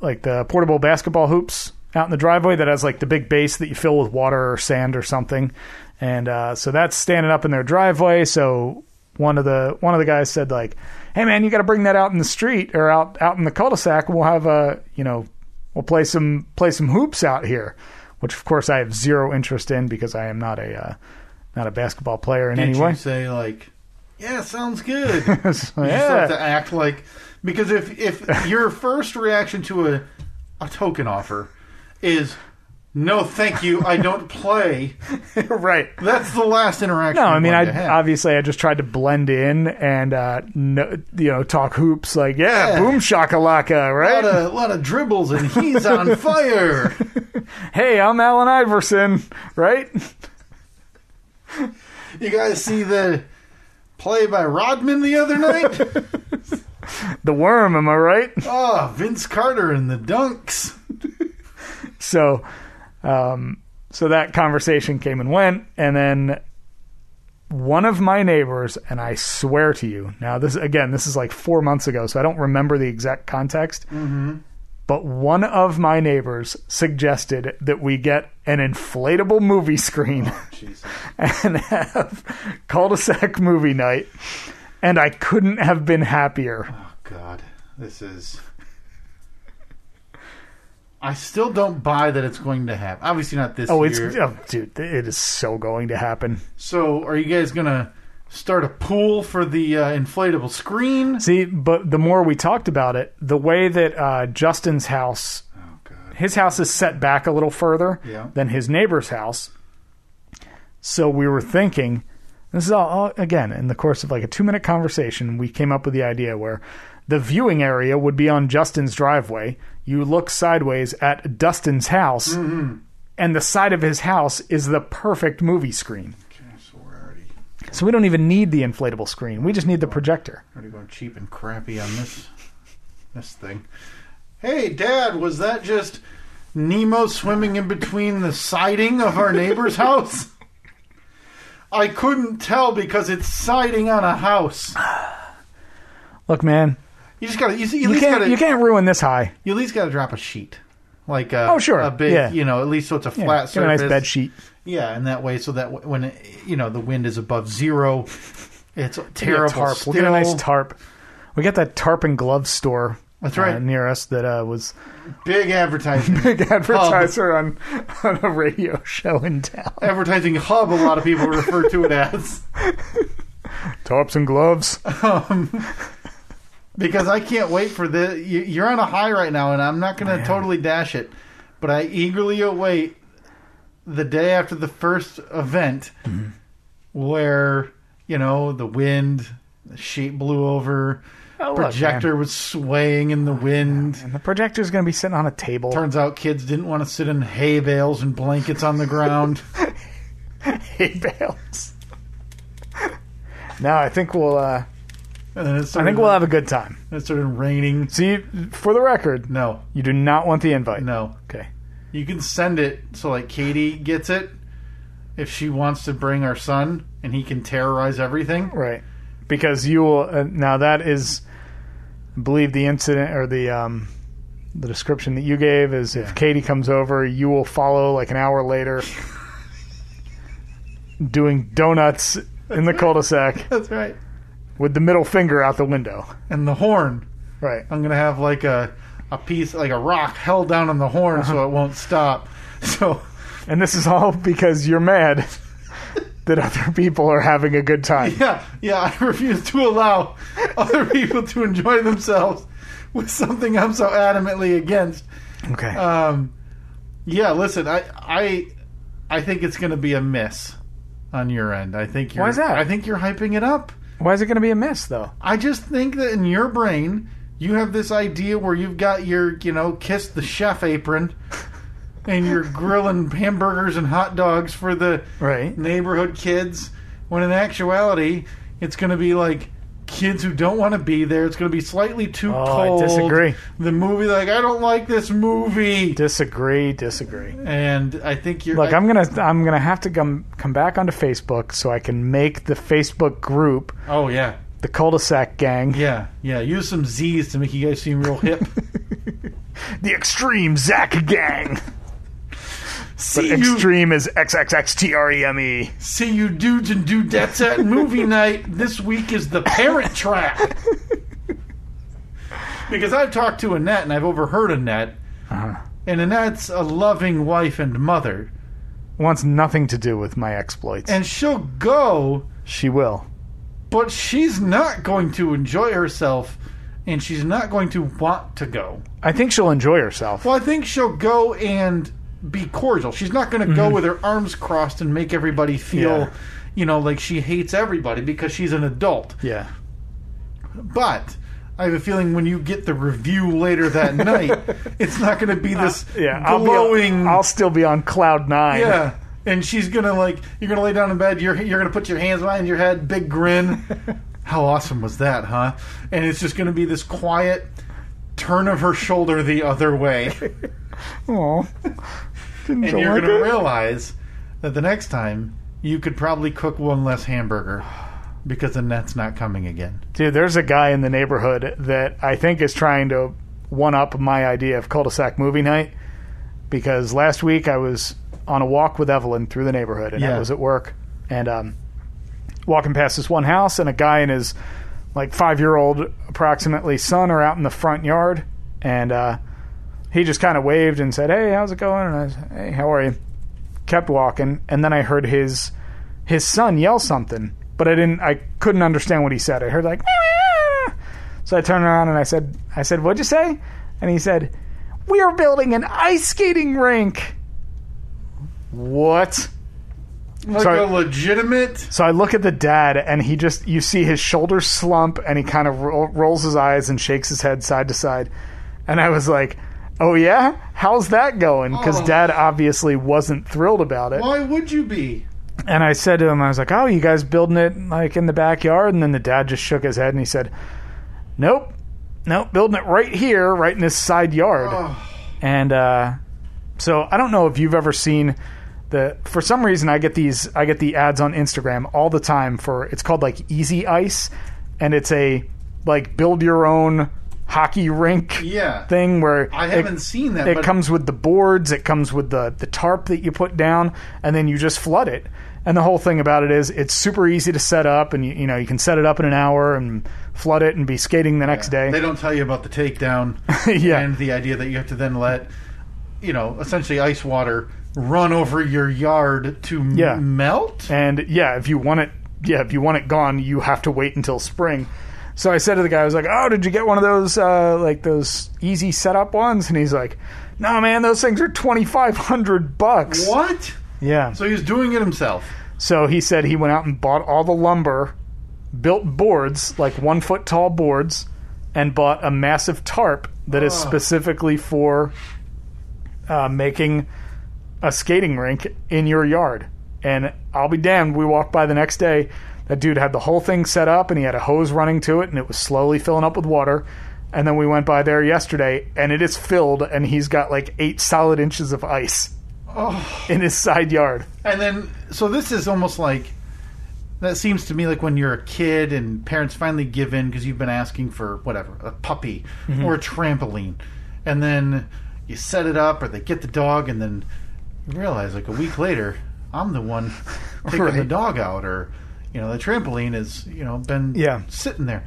Speaker 1: like the portable basketball hoops out in the driveway that has like the big base that you fill with water or sand or something, and uh, so that's standing up in their driveway. So one of the one of the guys said like, "Hey man, you got to bring that out in the street or out out in the cul-de-sac, and we'll have a you know we'll play some play some hoops out here." Which of course I have zero interest in because I am not a uh, not a basketball player in
Speaker 2: Did
Speaker 1: any way.
Speaker 2: you say like, yeah,
Speaker 1: <laughs>
Speaker 2: sounds good?
Speaker 1: So,
Speaker 2: You just have
Speaker 1: yeah.
Speaker 2: <laughs> to act like because if
Speaker 1: <laughs>
Speaker 2: if your first reaction to a a token offer is no, thank you, I don't play.
Speaker 1: right.
Speaker 2: That's the last interaction.
Speaker 1: No, I
Speaker 2: you
Speaker 1: mean,
Speaker 2: want
Speaker 1: I
Speaker 2: to have.
Speaker 1: obviously I just tried to blend in and uh, no, you know talk hoops like yeah,
Speaker 2: Yeah.
Speaker 1: boom shakalaka,
Speaker 2: a
Speaker 1: right?
Speaker 2: lot of, lot of dribbles and
Speaker 1: <laughs>
Speaker 2: he's on fire.
Speaker 1: hey, I'm Allen Iverson, right?
Speaker 2: You guys see the play by Rodman the
Speaker 1: <laughs>
Speaker 2: other night?
Speaker 1: The worm, am I right?
Speaker 2: Oh, Vince Carter and the dunks.
Speaker 1: So, um, so that conversation came and went, and then one of my neighbors, and I swear to you, now this again, this is like four months ago, so I don't remember the exact context. But one of my neighbors suggested that we get an inflatable movie screen <laughs>
Speaker 2: Jesus.
Speaker 1: and have cul-de-sac movie night, and I couldn't have been happier.
Speaker 2: Oh God, this is. I still don't buy that it's going to happen. Obviously not this
Speaker 1: Oh,
Speaker 2: year.
Speaker 1: it's oh, dude, it is so going to happen.
Speaker 2: So, are you guys gonna start a pool for the uh, inflatable screen?
Speaker 1: See, but the more we talked about it, the way that uh, Justin's house,
Speaker 2: Oh God!
Speaker 1: his house is set back a little further
Speaker 2: Yeah.
Speaker 1: than his neighbor's house. So we were thinking, this is all, all again in the course of like a two minute conversation, we came up with the idea where the viewing area would be on Justin's driveway. You look sideways at Dustin's house. and the side of his house is the perfect movie screen.
Speaker 2: Okay, so we're already
Speaker 1: So we don't even need the inflatable screen. We just need the projector.
Speaker 2: already going cheap and crappy on this this thing. Hey, Dad, was that just Nemo swimming in between the siding of
Speaker 1: <laughs>
Speaker 2: our neighbor's house? I couldn't tell because it's siding on a house.
Speaker 1: Look, man,
Speaker 2: You just gotta. You, see- you at
Speaker 1: you
Speaker 2: least
Speaker 1: can't
Speaker 2: gotta.
Speaker 1: you can't ruin this high.
Speaker 2: you at least gotta drop a sheet, like a,
Speaker 1: Oh, sure.
Speaker 2: a big,
Speaker 1: Yeah.
Speaker 2: you know, at least so it's a
Speaker 1: Yeah,
Speaker 2: flat
Speaker 1: get a
Speaker 2: surface.
Speaker 1: nice bed sheet.
Speaker 2: Yeah, and that way, so that w- when it, you know the wind is above zero, it's terrible.
Speaker 1: Get a tarp. We'll get a
Speaker 2: still.
Speaker 1: nice tarp. We got that tarp and glove store.
Speaker 2: That's
Speaker 1: uh,
Speaker 2: right.
Speaker 1: near us that uh, was Um,
Speaker 2: Big
Speaker 1: <laughs>
Speaker 2: advertising,
Speaker 1: big advertiser on on <laughs> a radio show in town.
Speaker 2: advertising hub. A lot of people refer to it as
Speaker 1: <laughs> Tarps and gloves.
Speaker 2: because I can't wait for the. You, you're on a high right now, and I'm not going to totally dash it, but I eagerly await the day after the first event
Speaker 1: Mm-hmm.
Speaker 2: where you know the wind, the sheet blew over,
Speaker 1: Oh, look, man.
Speaker 2: projector was swaying in the
Speaker 1: Oh,
Speaker 2: wind.
Speaker 1: And the projector's going to be sitting on a table.
Speaker 2: Turns out kids didn't want to sit in hay bales and blankets on
Speaker 1: <laughs>
Speaker 2: the ground.
Speaker 1: <laughs> hay bales. no, I think we'll. Uh,
Speaker 2: And then it
Speaker 1: I
Speaker 2: started,
Speaker 1: think we'll have a good time.
Speaker 2: it started raining.
Speaker 1: See, for the record,
Speaker 2: No,
Speaker 1: you do not want the invite.
Speaker 2: no.
Speaker 1: Okay.
Speaker 2: You can send it so like Katie gets it if she wants to bring our son and he can terrorize
Speaker 1: <laughs>
Speaker 2: everything.
Speaker 1: Right. Because you will. Uh, now that is, I believe the incident or the um, the description that you gave is
Speaker 2: Yeah.
Speaker 1: if Katie comes over, you will follow like an hour later, doing donuts in the cul-de-sac
Speaker 2: That's right.
Speaker 1: with the middle finger out the window.
Speaker 2: And the horn.
Speaker 1: Right.
Speaker 2: I'm gonna have like a a piece like a rock held down on the horn
Speaker 1: Uh-huh.
Speaker 2: so it won't stop. <laughs> So
Speaker 1: And this is all because you're mad that other people are having a good <laughs> time.
Speaker 2: yeah, yeah, I <laughs> refuse to allow other people to enjoy themselves with something I'm so adamantly against.
Speaker 1: Okay. Uh,
Speaker 2: Um, yeah, listen, I I I think it's going to be a miss on your end. I think you're,
Speaker 1: Why is that?
Speaker 2: I think you're hyping it up.
Speaker 1: Why is it going to be a mess though?
Speaker 2: I just think that in your brain, you have this idea where you've got your you know kiss the chef apron, and you're grilling <laughs> hamburgers and hot dogs for the
Speaker 1: Right.
Speaker 2: neighborhood kids. When in actuality, it's going to be like. Kids who don't want to be there. It's going to be slightly too
Speaker 1: Oh, I
Speaker 2: cold.
Speaker 1: disagree.
Speaker 2: The movie, like, I don't like this movie.
Speaker 1: Disagree, disagree.
Speaker 2: And I think you're
Speaker 1: Look,
Speaker 2: I-
Speaker 1: I'm gonna I'm gonna have to come come back onto Facebook so I can make the Facebook group,
Speaker 2: Oh yeah,
Speaker 1: the cul-de-sac gang,
Speaker 2: yeah, yeah. Use some Z's to make you guys seem real hip.
Speaker 1: <laughs> the extreme Zach
Speaker 2: <laughs>
Speaker 1: gang.
Speaker 2: see
Speaker 1: But extreme is XXXTREME.
Speaker 2: you, see you dudes and dudettes at movie night this week is the Parent Trap. because I've talked to Annette and I've overheard Annette,
Speaker 1: Uh-huh.
Speaker 2: and Annette's a loving wife and mother,
Speaker 1: Wants nothing to do with my exploits.
Speaker 2: and she'll go,
Speaker 1: she will.
Speaker 2: but she's not going to enjoy herself, and she's not going to want to go.
Speaker 1: I think she'll enjoy herself.
Speaker 2: Well, I think she'll go and be cordial. She's not going to go with her arms crossed and make everybody feel,
Speaker 1: Yeah.
Speaker 2: you know, like she hates everybody because she's an adult.
Speaker 1: Yeah.
Speaker 2: But I have a feeling when you get the review
Speaker 1: <laughs>
Speaker 2: later that night, it's not going to be this
Speaker 1: Uh, Yeah. I'll be-
Speaker 2: glowing.
Speaker 1: I'll still be on cloud nine.
Speaker 2: yeah. And she's going to, like, you're going to lay down in bed, you're, you're going to put your hands behind your head,
Speaker 1: <laughs>
Speaker 2: big grin. How awesome was that, huh? And it's just going to be this quiet turn of her shoulder the other
Speaker 1: <laughs>
Speaker 2: way. <laughs>
Speaker 1: Aw. Didn't
Speaker 2: and
Speaker 1: you
Speaker 2: you're
Speaker 1: like
Speaker 2: going to
Speaker 1: it?
Speaker 2: realize that the next time you could probably cook one less hamburger because the net's not coming again.
Speaker 1: Dude, there's a guy in the neighborhood that I think is trying to one up my idea of cul-de-sac movie night because last week I was on a walk with Evelyn through the neighborhood and I
Speaker 2: Yeah.
Speaker 1: was at work and um, walking past this one house and a guy and his like five-year-old approximately son are out in the front yard and uh, he just kind of waved and said, "Hey, how's it going?" And I was, "Hey, how are you?" Kept walking and then I heard his his son yell something, but I didn't. I couldn't understand what he said. I heard like, "Meow." so I turned around and I said, "I said, what'd you say?" And he said, "We are building an ice skating rink." What?
Speaker 2: Like
Speaker 1: Sorry.
Speaker 2: a legitimate.
Speaker 1: So I look at the dad, and he just you see his shoulders slump, and he kind of ro- rolls his eyes and shakes his head side to side, and I was like. Oh yeah, how's that going? Because
Speaker 2: Oh.
Speaker 1: Dad obviously wasn't thrilled about it.
Speaker 2: Why would you be?
Speaker 1: And I said to him, I was like, "Oh, you guys building it like in the backyard?" And then the dad just shook his head and he said, "Nope, nope, building it right here, right in this side yard."
Speaker 2: Oh,
Speaker 1: And uh, so I don't know if you've ever seen the. For some reason, I get these. I get the ads on Instagram all the time for. It's called like Easy Ice, and it's a like build your own hockey rink
Speaker 2: yeah.
Speaker 1: thing where
Speaker 2: I
Speaker 1: it-
Speaker 2: haven't seen that.
Speaker 1: it
Speaker 2: but
Speaker 1: comes with the boards it comes with the the tarp that you put down and then you just flood it and the whole thing about it is it's super easy to set up and you, you know you can set it up in an hour and flood it and be skating the next
Speaker 2: They
Speaker 1: day
Speaker 2: don't tell you about the takedown
Speaker 1: <laughs> Yeah.
Speaker 2: and the idea that you have to then let, you know, essentially ice water run over your yard to m-
Speaker 1: Yeah.
Speaker 2: melt.
Speaker 1: and yeah if you want it yeah if you want it gone you have to wait until spring so i said to the guy i was like oh did you get one of those uh, like those easy setup ones and he's like no man those things are 2500 bucks
Speaker 2: What?
Speaker 1: yeah
Speaker 2: So he's doing it himself.
Speaker 1: So he said he went out and bought all the lumber, built boards, like one foot tall boards, and bought a massive tarp that is
Speaker 2: Oh.
Speaker 1: specifically for uh, making a skating rink in your yard. And I'll be damned, we walked by the next day. That dude had the whole thing set up and he had a hose running to it and it was slowly filling up with water. And then we went by there yesterday and it is filled and he's got like eight solid inches of ice
Speaker 2: Oh.
Speaker 1: in his side yard.
Speaker 2: And then, so this is almost like that seems to me like when you're a kid and parents finally give in because you've been asking for whatever a puppy
Speaker 1: Mm-hmm.
Speaker 2: or a trampoline, and then you set it up or they get the dog, and then you realize like a week later, I'm
Speaker 1: <laughs>
Speaker 2: the one taking the
Speaker 1: Right.
Speaker 2: dog out, or you know the trampoline has you know been
Speaker 1: Yeah.
Speaker 2: sitting there.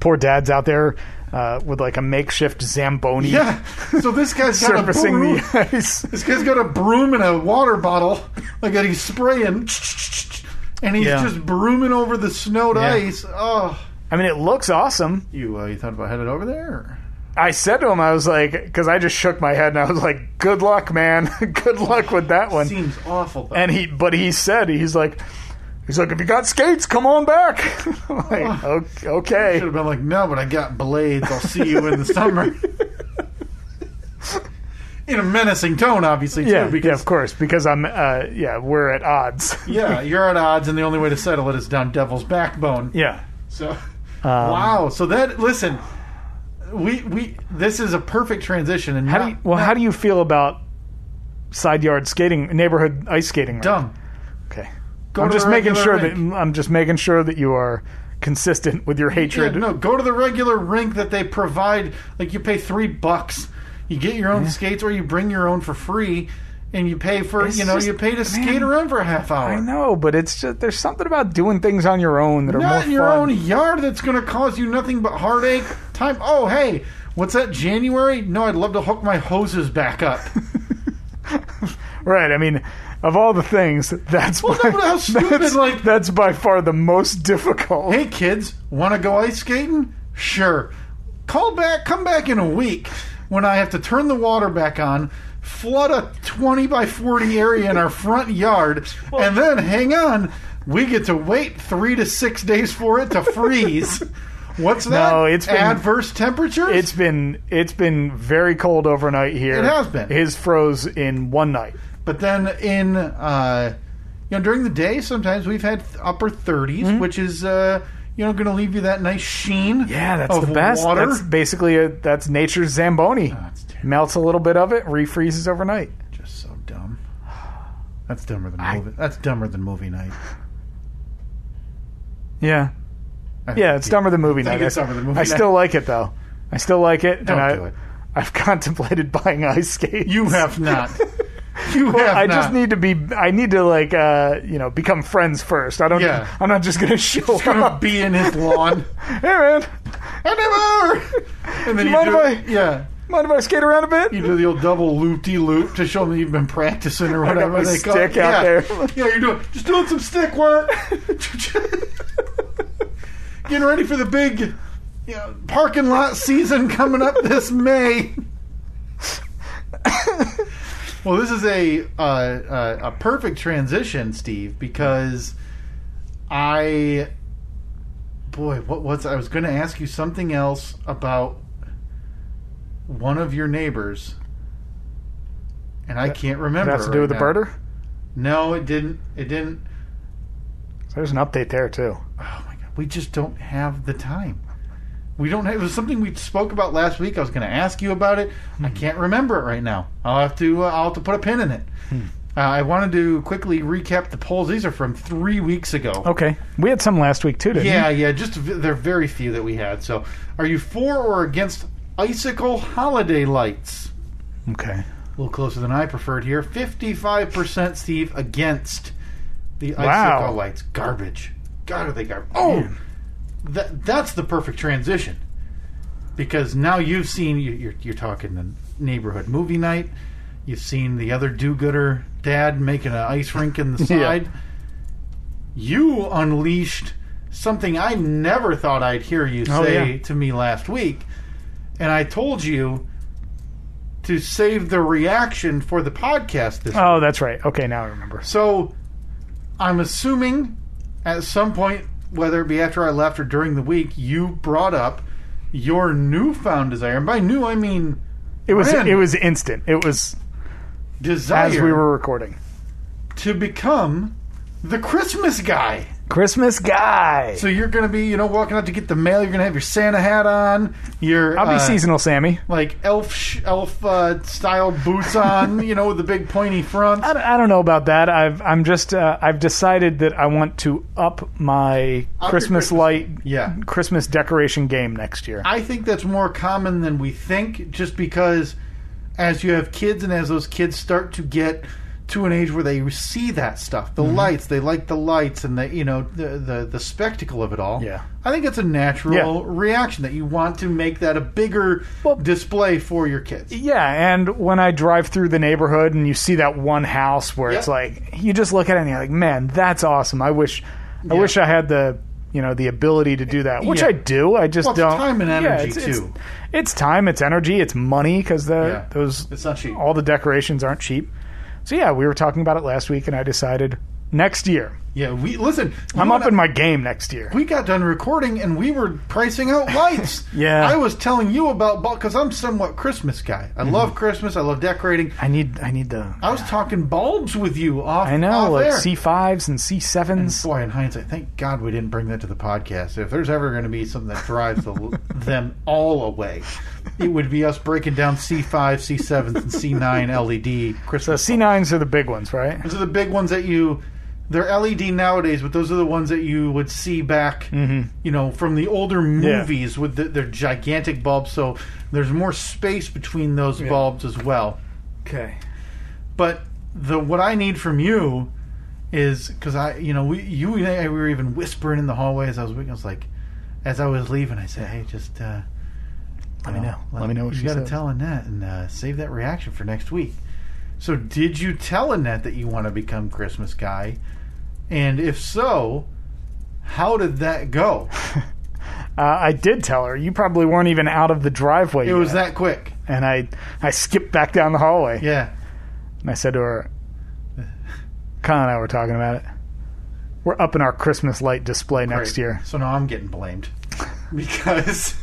Speaker 1: poor dad's out there uh, with like a makeshift zamboni
Speaker 2: Yeah. So this guy's got a
Speaker 1: surfacing
Speaker 2: broom.
Speaker 1: the ice.
Speaker 2: This guy's got a broom and a water bottle, <laughs> like that he's spraying, and he's
Speaker 1: Yeah.
Speaker 2: just brooming over the snowed
Speaker 1: Yeah.
Speaker 2: ice. Oh,
Speaker 1: I mean, it looks awesome.
Speaker 2: you uh, you thought about headed over there? or-
Speaker 1: I said to him, I was like, because I just shook my head and I was like, "Good luck, man. <laughs> Good luck with that one."
Speaker 2: Seems awful. Though.
Speaker 1: And he, but he said, he's like, he's like, if you got skates, come on back. <laughs> I'm like, "O-
Speaker 2: should
Speaker 1: okay,
Speaker 2: have been like, no, but I got blades. I'll see you in
Speaker 1: <laughs>
Speaker 2: the summer. in a menacing tone, obviously. Too,
Speaker 1: yeah, yeah,
Speaker 2: because
Speaker 1: of course, because I'm, uh, yeah, we're at odds. <laughs>
Speaker 2: yeah, you're at odds, and the only way to settle it is down Devil's Backbone.
Speaker 1: yeah, Um,
Speaker 2: So, wow. So that listen, we we this is a perfect transition. And
Speaker 1: How
Speaker 2: not,
Speaker 1: do you, well, how do you feel about side yard skating, neighborhood ice skating? rink?
Speaker 2: dumb?
Speaker 1: Okay.
Speaker 2: Go
Speaker 1: I'm
Speaker 2: to
Speaker 1: just
Speaker 2: the
Speaker 1: making sure
Speaker 2: regular
Speaker 1: that I'm just making sure that you are consistent with your
Speaker 2: Yeah,
Speaker 1: hatred.
Speaker 2: no, go to the regular rink that they provide. Like you pay three bucks, you get your own skates, or you bring your own for free, and you pay for
Speaker 1: It's
Speaker 2: you know
Speaker 1: just-
Speaker 2: you pay to skate
Speaker 1: man,
Speaker 2: around for a half hour.
Speaker 1: I know, but it's just there's something about doing things on your own that are
Speaker 2: Not
Speaker 1: more
Speaker 2: in your
Speaker 1: fun.
Speaker 2: own yard that's going to cause you nothing but heartache. Time. Oh hey, what's that? January? No, I'd love to hook my hoses back up.
Speaker 1: <laughs> Right? I mean, of all the things, <laughs> that's
Speaker 2: Well,
Speaker 1: by,
Speaker 2: no, but how stupid,
Speaker 1: that's,
Speaker 2: like-
Speaker 1: that's by far the most difficult.
Speaker 2: hey kids, want to go ice skating? Sure. Call back. Come back in a week when I have to turn the water back on. Flood a 20 by 40 area in our front yard, and then hang on. We get to wait three to six days for it to freeze. What's that?
Speaker 1: No, it's been-
Speaker 2: adverse temperatures.
Speaker 1: It's been it's been very cold overnight here.
Speaker 2: It has been.
Speaker 1: His froze in one night.
Speaker 2: But then in uh, you know during the day, sometimes we've had th- upper 30s,
Speaker 1: Hmm?
Speaker 2: which is uh, you know going to leave you that nice sheen.
Speaker 1: Yeah, that's
Speaker 2: of
Speaker 1: the best.
Speaker 2: Water.
Speaker 1: That's basically a, that's nature's zamboni.
Speaker 2: That's terrible.
Speaker 1: Melts a little bit of it, refreezes overnight.
Speaker 2: Just so dumb. That's dumber than movie. That's dumber than movie night.
Speaker 1: Yeah.
Speaker 2: I
Speaker 1: Yeah,
Speaker 2: think
Speaker 1: it's
Speaker 2: you-
Speaker 1: dumber than movie night.
Speaker 2: think it's
Speaker 1: I-
Speaker 2: dumber than movie
Speaker 1: I
Speaker 2: night.
Speaker 1: still like it though. I still like it,
Speaker 2: Don't
Speaker 1: and I,
Speaker 2: do it.
Speaker 1: I've <laughs> contemplated buying ice skates.
Speaker 2: You
Speaker 1: <laughs>
Speaker 2: have not. You have
Speaker 1: I
Speaker 2: not.
Speaker 1: just need to be. I need to like, uh, you know, become friends first. I don't.
Speaker 2: Yeah.
Speaker 1: I'm not just gonna <laughs> show
Speaker 2: to
Speaker 1: up.
Speaker 2: be in
Speaker 1: <laughs>
Speaker 2: his lawn.
Speaker 1: hey man,
Speaker 2: Anymore. And then
Speaker 1: You
Speaker 2: you,
Speaker 1: mind
Speaker 2: do,
Speaker 1: if I-
Speaker 2: yeah,
Speaker 1: mind if I skate around a bit?
Speaker 2: you do the old double loop de loop to show them that you've been practicing or whatever
Speaker 1: my
Speaker 2: they call
Speaker 1: stick
Speaker 2: it.
Speaker 1: out
Speaker 2: yeah.
Speaker 1: there.
Speaker 2: Yeah, you're doing just doing some stick work. <laughs> Getting ready for the big you know, parking lot season coming up this May. Well, this is a uh, uh, a perfect transition, Steve, because I, boy, what was I was going to ask you something else about one of your neighbors, and I can't remember.
Speaker 1: That has to do with
Speaker 2: right
Speaker 1: the
Speaker 2: now.
Speaker 1: birder.
Speaker 2: No, it didn't. It didn't.
Speaker 1: So there's an update there too.
Speaker 2: Oh my god, we just don't have the time. We don't have. It was something we spoke about last week. I was going to ask you about it.
Speaker 1: Hmm.
Speaker 2: I can't remember it right now. I'll have to. Uh, I'll have to put a pin in it.
Speaker 1: Hmm.
Speaker 2: Uh, I wanted to quickly recap the polls. These are from three weeks ago.
Speaker 1: Okay, we had some last week too, didn't
Speaker 2: Yeah,
Speaker 1: we?
Speaker 2: yeah, just v- there are very few that we had. So, are you for or against icicle holiday lights?
Speaker 1: Okay.
Speaker 2: A little closer than I preferred here. Fifty-five percent, Steve, against the icicle
Speaker 1: Wow.
Speaker 2: lights. Garbage. God, are they garbage? Oh,
Speaker 1: Man.
Speaker 2: that that's the perfect transition because now you've seen you- you're you're talking the neighborhood movie night. You've seen the other do-gooder dad making an ice rink
Speaker 1: <laughs>
Speaker 2: in the
Speaker 1: Yeah.
Speaker 2: side. You unleashed something I never thought I'd hear you
Speaker 1: Oh,
Speaker 2: say
Speaker 1: yeah.
Speaker 2: to me last week, and I told you to save the reaction for the podcast this
Speaker 1: Oh, that's right. Okay, now I remember.
Speaker 2: so I'm assuming at some point, whether it be after I left or during the week, you brought up your newfound desire. And by new, I mean
Speaker 1: It was
Speaker 2: Brand.
Speaker 1: it was instant. It was
Speaker 2: desire
Speaker 1: as we were recording.
Speaker 2: to become the Christmas guy.
Speaker 1: Christmas guy.
Speaker 2: So you're going to be, you know, walking out to get the mail. You're going to have your Santa hat on. Your
Speaker 1: I'll be
Speaker 2: uh,
Speaker 1: seasonal, Sammy.
Speaker 2: like elf sh- elf uh, style boots on. you know, with the big
Speaker 1: <laughs>
Speaker 2: pointy front.
Speaker 1: I don't, I don't know about that. I've I'm just uh, I've decided that I want to up my
Speaker 2: your
Speaker 1: Christmas,
Speaker 2: Christmas-
Speaker 1: light
Speaker 2: Yeah.
Speaker 1: Christmas decoration game next year.
Speaker 2: I think that's more common than we think, just because as you have kids and as those kids start to get to an age where they see that stuff,
Speaker 1: Mm-hmm.
Speaker 2: the lights, they like the lights and the you know the the, the spectacle of it all.
Speaker 1: Yeah.
Speaker 2: I think it's a natural
Speaker 1: Yeah.
Speaker 2: reaction that you want to make that a bigger
Speaker 1: Well-
Speaker 2: display for your kids.
Speaker 1: yeah, and when I drive through the neighborhood and you see that one house where it's
Speaker 2: Yep.
Speaker 1: like you just look at it and you're like, man, that's awesome. I wish I
Speaker 2: Yeah.
Speaker 1: wish I had the you know the ability to do that, which
Speaker 2: Yeah.
Speaker 1: I do. I just
Speaker 2: Well, it's
Speaker 1: don't.
Speaker 2: time and
Speaker 1: Yeah,
Speaker 2: energy,
Speaker 1: it's-
Speaker 2: too.
Speaker 1: It's, it's time. It's energy. It's money because the
Speaker 2: Yeah.
Speaker 1: those
Speaker 2: It's not cheap.
Speaker 1: all the decorations aren't cheap. So yeah, we were talking about it last week, and I decided next year
Speaker 2: Yeah, we listen.
Speaker 1: I'm
Speaker 2: you
Speaker 1: up
Speaker 2: and I-
Speaker 1: in my game next year.
Speaker 2: we got done recording and we were pricing out lights.
Speaker 1: <laughs> Yeah.
Speaker 2: I was telling you about because I'm somewhat Christmas guy.
Speaker 1: Mm-hmm.
Speaker 2: I love Christmas. I love decorating.
Speaker 1: I need I need the
Speaker 2: I was talking bulbs with you off.
Speaker 1: I know
Speaker 2: off
Speaker 1: like
Speaker 2: air.
Speaker 1: C fives oh, and C sevens.
Speaker 2: Boy, in hindsight, thank God we didn't bring that to the podcast. If there's ever going to be something that
Speaker 1: <laughs>
Speaker 2: drives the, them all away, it would be us breaking down C5, C7, and C9 LED
Speaker 1: The
Speaker 2: Christmas.
Speaker 1: C nines are the big ones, right?
Speaker 2: E those are the big ones that you. They're LED nowadays, but those are the ones that you would see back,
Speaker 1: Mm-hmm.
Speaker 2: you know, from the older movies with the, their gigantic bulbs. So there's more space between those bulbs as well.
Speaker 1: Okay.
Speaker 2: But the what I need from you is because I, you know, we you and I we were even whispering in the hallway as I was I was like, as I was leaving, I said, "Hey, just uh,
Speaker 1: Let
Speaker 2: you
Speaker 1: me know. Let me know what
Speaker 2: you
Speaker 1: she
Speaker 2: gotta
Speaker 1: said.
Speaker 2: tell Annette and uh, save that reaction for next week." So, did you tell Annette that you want to become Christmas guy? And if so, how did that go?
Speaker 1: Uh, I did tell her. You probably weren't even out of the driveway.
Speaker 2: It was
Speaker 1: yet.
Speaker 2: that quick.
Speaker 1: and I I skipped back down the hallway
Speaker 2: Yeah.
Speaker 1: and I said to her, Con and I were talking about it. We're upping our Christmas light display next
Speaker 2: Great.
Speaker 1: year.
Speaker 2: So now I'm getting blamed <laughs> because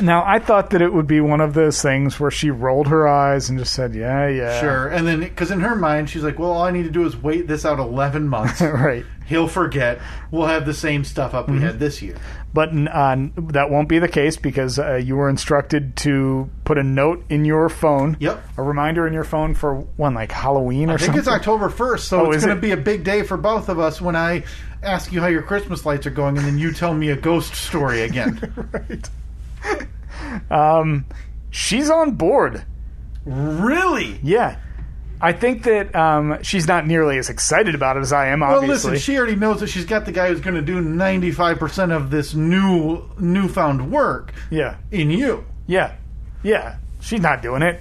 Speaker 1: Now I thought that it would be one of those things where she rolled her eyes and just said, "Yeah, yeah,
Speaker 2: Sure. And then, because in her mind, she's like, well, all I need to do is wait this out 11 months.
Speaker 1: <laughs> right." Mm-hmm.
Speaker 2: He'll forget. We'll have the same stuff up we had this year.
Speaker 1: But uh, that won't be the case because uh, you were instructed to put a note in your phone.
Speaker 2: Yep.
Speaker 1: A reminder in your phone for when, like Halloween or
Speaker 2: I think
Speaker 1: something.
Speaker 2: it's October 1st, so
Speaker 1: Oh,
Speaker 2: it's
Speaker 1: is
Speaker 2: going
Speaker 1: it?
Speaker 2: to be a big day for both of us when I ask you how your Christmas lights are going and then you tell me a ghost story again.
Speaker 1: <laughs> right. um, she's on board.
Speaker 2: really?
Speaker 1: Yeah. I think that um, she's not nearly as excited about it as I am.
Speaker 2: Well,
Speaker 1: Obviously,
Speaker 2: listen, she already knows that she's got the guy who's going to do 95% of this new newfound work
Speaker 1: yeah,
Speaker 2: in you.
Speaker 1: yeah, yeah. She's not doing it.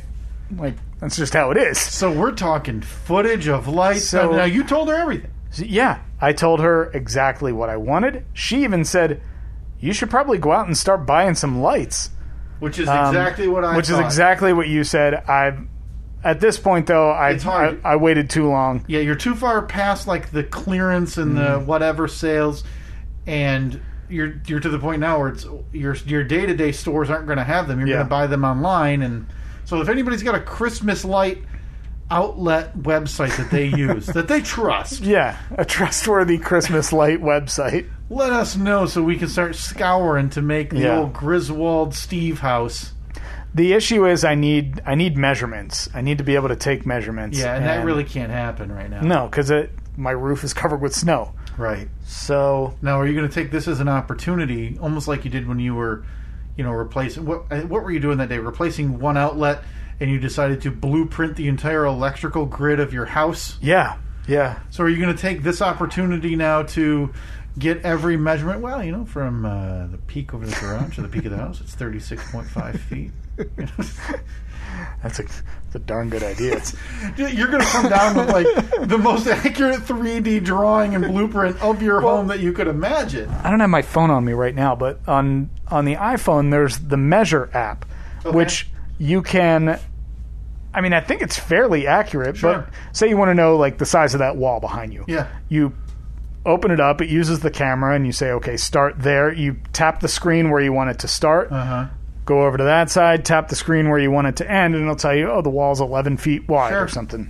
Speaker 1: Like that's just how it is.
Speaker 2: So we're talking footage of lights.
Speaker 1: So-
Speaker 2: now, you told her everything.
Speaker 1: So, yeah, I told her exactly what I wanted. She even said, "You should probably go out and start buying some lights."
Speaker 2: Which is
Speaker 1: Um,
Speaker 2: exactly what I
Speaker 1: which is
Speaker 2: thought.
Speaker 1: exactly what you said. I, at this point though, I,
Speaker 2: It's hard.
Speaker 1: I I waited too long.
Speaker 2: Yeah, you're too far past like the clearance and the whatever sales, and you're you're to the point now where it's your your day to day stores aren't going to have them. You're
Speaker 1: Yeah.
Speaker 2: going to buy them online, and So if anybody's got a Christmas light outlet website that they use that they trust,
Speaker 1: Yeah, a trustworthy Christmas light website.
Speaker 2: let us know so we can start scouring to make the
Speaker 1: Yeah.
Speaker 2: old Griswold Steve house.
Speaker 1: The issue is I need I need measurements. I need to be able to take measurements.
Speaker 2: Yeah, and, that really can't happen right now.
Speaker 1: no, because my roof is covered with snow.
Speaker 2: Right.
Speaker 1: So
Speaker 2: Now, are you going to take this as an opportunity, almost like you did when you were, you know, replacing what? uh, What were you doing that day? Replacing one outlet, and you decided to blueprint the entire electrical grid of your house.
Speaker 1: yeah, yeah,
Speaker 2: So, are you going to take this opportunity now to get every measurement? Well, you know, from uh, the peak over the garage to the peak of the house, it's thirty-six point five feet. <laughs>
Speaker 1: that's a, that's a darn good idea. It's,
Speaker 2: You're going to come down with like the most accurate 3D drawing and blueprint of your home that you could imagine.
Speaker 1: I don't have my phone on me right now, but on on the iPhone there's the Measure app, which you can. I mean, I think it's fairly accurate,
Speaker 2: Sure.
Speaker 1: but say you want to know like the size of that wall behind you.
Speaker 2: Yeah.
Speaker 1: you open it up it uses the camera and you say okay start there you tap the screen where you want it to start
Speaker 2: Uh huh.
Speaker 1: go over to that side tap the screen where you want it to end and it'll tell you oh the wall's 11 feet wide
Speaker 2: Sure.
Speaker 1: or something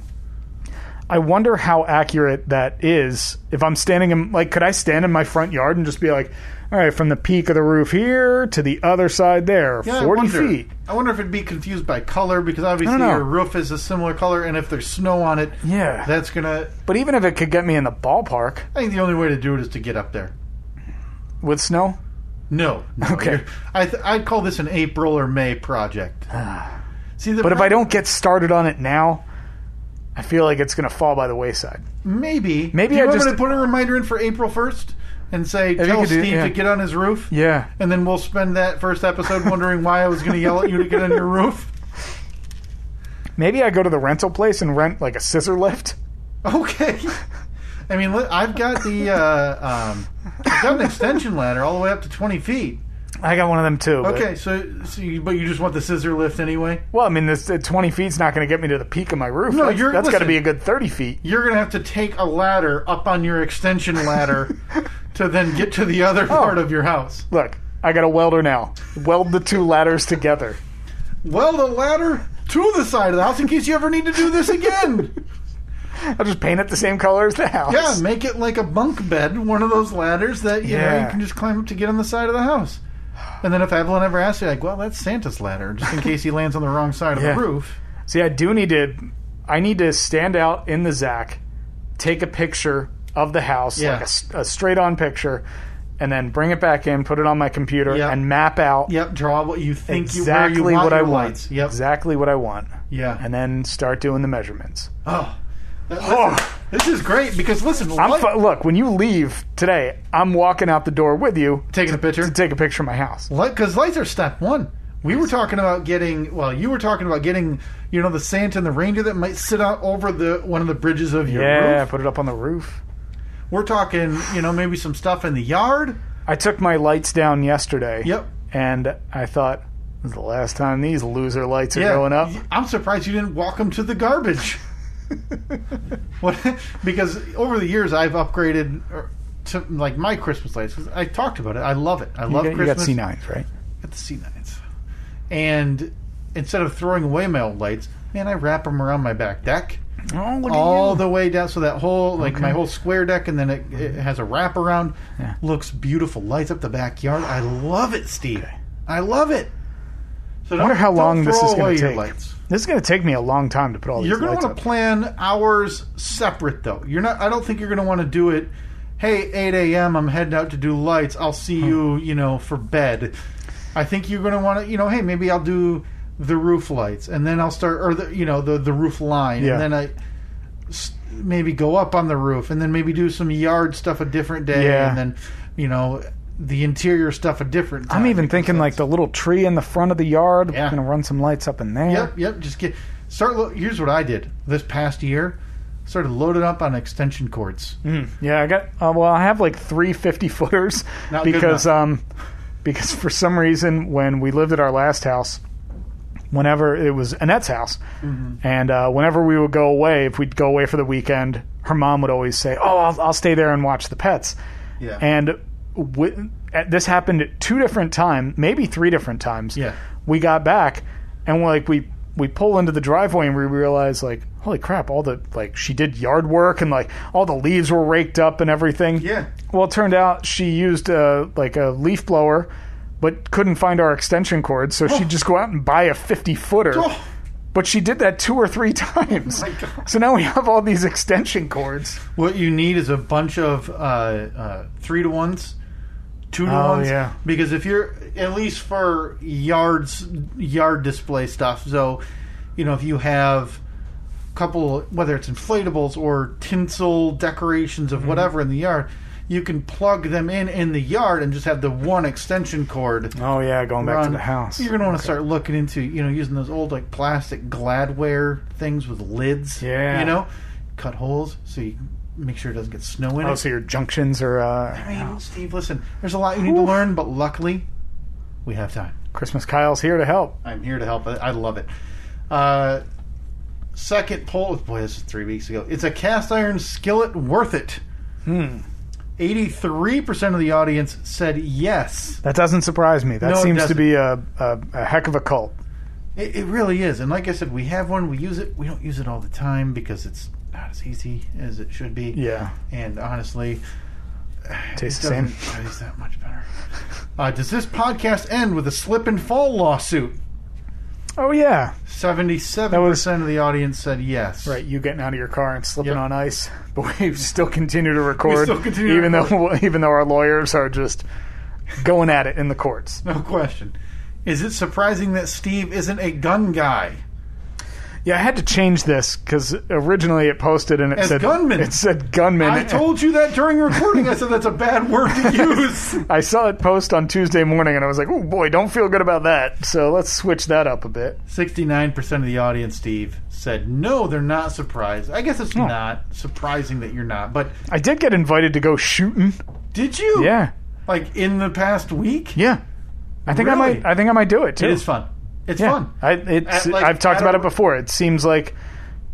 Speaker 1: i wonder how accurate that is if i'm standing in like could i stand in my front yard and just be like all right from the peak of the roof here to the other side there
Speaker 2: Yeah, I
Speaker 1: 40
Speaker 2: wonder.
Speaker 1: feet
Speaker 2: I wonder if it'd be confused by color because obviously
Speaker 1: know.
Speaker 2: your roof is a similar color, and if there's snow on it,
Speaker 1: yeah
Speaker 2: that's gonna.
Speaker 1: but even if it could get me in the ballpark
Speaker 2: I think the only way to do it is to get up there.
Speaker 1: with snow
Speaker 2: No. no,
Speaker 1: <laughs> Okay.
Speaker 2: you're- I th- I'd call this an April or May project. See, the
Speaker 1: Ah. But if I don't get started on it now, I feel like it's going to fall by the wayside.
Speaker 2: maybe
Speaker 1: Maybe
Speaker 2: do you
Speaker 1: I
Speaker 2: want me
Speaker 1: just-
Speaker 2: to put a reminder in for April first and say tell
Speaker 1: could do-
Speaker 2: Steve
Speaker 1: yeah.
Speaker 2: to get on his roof,
Speaker 1: Yeah.
Speaker 2: and then we'll spend that first episode wondering why I was going to yell at you to get on your roof.
Speaker 1: Maybe I go to the rental place and rent like a scissor lift.
Speaker 2: Okay. <laughs> I mean, li- I've got the uh, um, I've got an extension ladder all the way up to twenty feet.
Speaker 1: I got one of them too. but-
Speaker 2: Okay, so, so you, but you just want the scissor lift anyway.
Speaker 1: well, I mean, this uh, twenty feet's not going to get me to the peak of my roof.
Speaker 2: No,
Speaker 1: that's,
Speaker 2: you're-
Speaker 1: that's got to
Speaker 2: listen.
Speaker 1: be a good thirty feet.
Speaker 2: You're gonna have to take a ladder up on your extension
Speaker 1: <laughs>
Speaker 2: ladder to then get to the
Speaker 1: Oh.
Speaker 2: other part of your house.
Speaker 1: Look, I got a welder now. Weld the two ladders together.
Speaker 2: Well, the ladder to the side of the house in case you ever need to do this
Speaker 1: <laughs>
Speaker 2: again.
Speaker 1: I'll just paint it the same color as the house.
Speaker 2: yeah, make it like a bunk bed, one of those ladders that you know
Speaker 1: Yeah.
Speaker 2: you can just climb up to get on the side of the house. And then if Evelyn ever asks you, like, well, that's Santa's ladder, just in case he lands on the wrong side of
Speaker 1: Yeah.
Speaker 2: the roof.
Speaker 1: See, I do need to. I need to stand out in the Zach, take a picture of the house,
Speaker 2: Yeah.
Speaker 1: like a s- a, straight-on picture, and then bring it back in, put it on my computer,
Speaker 2: Yeah.
Speaker 1: and map out
Speaker 2: Yep, draw what you think you, where
Speaker 1: exactly
Speaker 2: you want
Speaker 1: what I
Speaker 2: your
Speaker 1: want.
Speaker 2: lights. Yep.
Speaker 1: Exactly what I want.
Speaker 2: Yeah.
Speaker 1: And then start doing the measurements.
Speaker 2: Oh,
Speaker 1: <sighs>
Speaker 2: Th- listen, this is great because listen,
Speaker 1: I'm
Speaker 2: light-
Speaker 1: fu- look, when you leave today, I'm walking out the door with you
Speaker 2: taking a picture
Speaker 1: to take a picture of my house.
Speaker 2: because lights are step one. We were talking about getting. Well, you were talking about getting. You know, the Santa and the reindeer that might sit out over the one of the bridges of your
Speaker 1: Yeah,
Speaker 2: roof.
Speaker 1: put it up on the roof.
Speaker 2: We're talking. You know, maybe some stuff in the yard.
Speaker 1: I took my lights down yesterday.
Speaker 2: Yep.
Speaker 1: And I thought, this is the last time these loser lights are
Speaker 2: Yeah.
Speaker 1: going up.
Speaker 2: I'm surprised you didn't walk them to
Speaker 1: <laughs>
Speaker 2: the garbage. what? Because over the years I've upgraded. er, To, like my Christmas lights, 'cause I talked about it. I love it. I
Speaker 1: You
Speaker 2: love
Speaker 1: got, you got
Speaker 2: Christmas.
Speaker 1: C9s, right?
Speaker 2: at the C9s. And instead of throwing away my old lights, man, I wrap them around my back deck
Speaker 1: Oh, look
Speaker 2: all
Speaker 1: at you.
Speaker 2: the way down. So that whole, like my
Speaker 1: Okay.
Speaker 2: whole square deck, and then it, it has a wrap around.
Speaker 1: Yeah.
Speaker 2: Looks beautiful. Lights up the backyard. I love it, Steve. I love it. So
Speaker 1: wonder how long this is gonna
Speaker 2: going to
Speaker 1: take. This is going to take me a long time to put all these
Speaker 2: You're going
Speaker 1: lights
Speaker 2: to want
Speaker 1: up.
Speaker 2: to plan hours separate, though. You're not. I don't think you're going to want to do it. Hey, 8 a.m. I'm heading out to do lights. I'll see you, you know, for bed. I think you're going to want to, you know, hey, maybe I'll do the roof lights, and then I'll start, or the, you know, the the roof line,
Speaker 1: Yeah.
Speaker 2: and then I s- maybe go up on the roof, and then maybe do some yard stuff a different day,
Speaker 1: Yeah.
Speaker 2: and then, you know, the interior stuff a different. Time
Speaker 1: I'm even thinking like the little tree in the front of the yard.
Speaker 2: Yeah.
Speaker 1: We're going to run some lights up in there.
Speaker 2: Yep, yep. Just get start. Lo- here's what I did this past year. Started loading up on extension cords.
Speaker 1: Mm, yeah, I got. Uh, well, I have like three 50 footers
Speaker 2: <laughs> Not good
Speaker 1: because
Speaker 2: enough.
Speaker 1: um, because for some reason when we lived at our last house, whenever it was Annette's house,
Speaker 2: Mm-hmm.
Speaker 1: and uh, whenever we would go away, if we'd go away for the weekend, her mom would always say, "Oh, I'll, I'll stay there and watch the pets."
Speaker 2: Yeah.
Speaker 1: And w- at- this happened at two different times, maybe three different times.
Speaker 2: Yeah.
Speaker 1: We got back and we're like we we pull into the driveway and we realize like holy crap all the like she did yard work and like all the leaves were raked up and everything
Speaker 2: Yeah.
Speaker 1: well it turned out she used a like a leaf blower but couldn't find our extension cord so she'd just go out and buy a 50 footer
Speaker 2: Oh,
Speaker 1: but she did that two or three <laughs> times
Speaker 2: my God.
Speaker 1: so now we have all these extension cords
Speaker 2: What you need is a bunch of uh, uh, three to ones, two to
Speaker 1: Oh,
Speaker 2: ones.
Speaker 1: yeah.
Speaker 2: Because if you're at least for yards, yard display stuff. So, you know, if you have a couple, whether it's inflatables or tinsel decorations of whatever in the yard, you can plug them in in the yard and just have the one extension cord.
Speaker 1: oh yeah going back to
Speaker 2: run.
Speaker 1: the house
Speaker 2: You're gonna want to start looking into, you know, using those old like plastic Gladware things with lids.
Speaker 1: Yeah.
Speaker 2: You know, cut holes so you make sure it doesn't get snow in
Speaker 1: oh
Speaker 2: it.
Speaker 1: so your junctions are
Speaker 2: I
Speaker 1: uh,
Speaker 2: mean, Steve, listen, there's a lot you need to learn, but luckily, we have time.
Speaker 1: christmas kyle's here to help
Speaker 2: I'm here to help. I, I love it. Uh, second poll. Boy, this is three weeks ago. It's a cast iron skillet worth it.
Speaker 1: hmm
Speaker 2: Eighty-three percent of the audience said yes.
Speaker 1: That doesn't surprise me. That
Speaker 2: No, it
Speaker 1: seems to
Speaker 2: doesn't.
Speaker 1: be a, a, a heck of a cult.
Speaker 2: It, it really is, and like I said, we have one. We use it. We don't use it all the time because it's not as easy as it should be.
Speaker 1: Yeah.
Speaker 2: And honestly,
Speaker 1: Tastes
Speaker 2: it
Speaker 1: the same.
Speaker 2: doesn't taste that much better. Uh, does this podcast end with a slip and fall lawsuit?
Speaker 1: Oh, yeah.
Speaker 2: Seventy-seven
Speaker 1: That was-
Speaker 2: percent of the audience said yes.
Speaker 1: Right. You getting out of your car and slipping
Speaker 2: Yep.
Speaker 1: on ice. <laughs> But we still continue to record.
Speaker 2: still continue to
Speaker 1: even, Though, <laughs> even though our lawyers are just going at it in the courts.
Speaker 2: No question. Is it surprising that Steve isn't a gun guy?
Speaker 1: Yeah, I had to change this because originally it posted and it
Speaker 2: As
Speaker 1: said
Speaker 2: gunman.
Speaker 1: It said gunman.
Speaker 2: I told you that during recording. I said that's a bad word
Speaker 1: <laughs>
Speaker 2: to use.
Speaker 1: I saw it post on Tuesday morning and I was like, oh boy, don't feel good about that. So let's switch that up a bit.
Speaker 2: 69% of the audience, Steve, said no, they're not surprised. I guess it's
Speaker 1: Oh.
Speaker 2: not surprising that you're not, but
Speaker 1: I did get invited to go shooting.
Speaker 2: did you?
Speaker 1: Yeah.
Speaker 2: Like in the past week?
Speaker 1: Yeah. I think I
Speaker 2: Really?
Speaker 1: might. I think I might do it too.
Speaker 2: It is fun. It's
Speaker 1: Yeah.
Speaker 2: fun.
Speaker 1: I, it's,
Speaker 2: At, like,
Speaker 1: I've talked
Speaker 2: at
Speaker 1: about
Speaker 2: a-
Speaker 1: it before. It seems like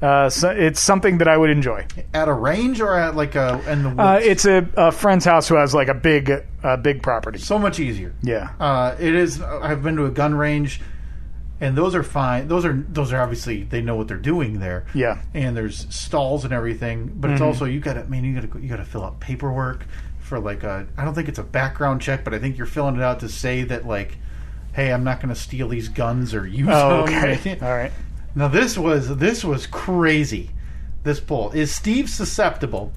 Speaker 1: uh, so it's something that I would enjoy.
Speaker 2: At a range or at like a in the woods?
Speaker 1: Uh, it's a, a friend's house who has like a big, uh, big property.
Speaker 2: so much easier.
Speaker 1: Yeah,
Speaker 2: Uh, it is. I've been to a gun range, and those are fine. Those are those are obviously they know what they're doing there. <laughs>
Speaker 1: yeah.
Speaker 2: and there's stalls and everything. But
Speaker 1: Mm-hmm.
Speaker 2: it's also you got to, I mean, you got to, you got to fill out paperwork for like a. I don't think it's a background check, but I think you're filling it out to say that like, hey, I'm not going to steal these guns or use
Speaker 1: Oh,
Speaker 2: them.
Speaker 1: okay. All right.
Speaker 2: Now this was this was crazy. This poll is Steve susceptible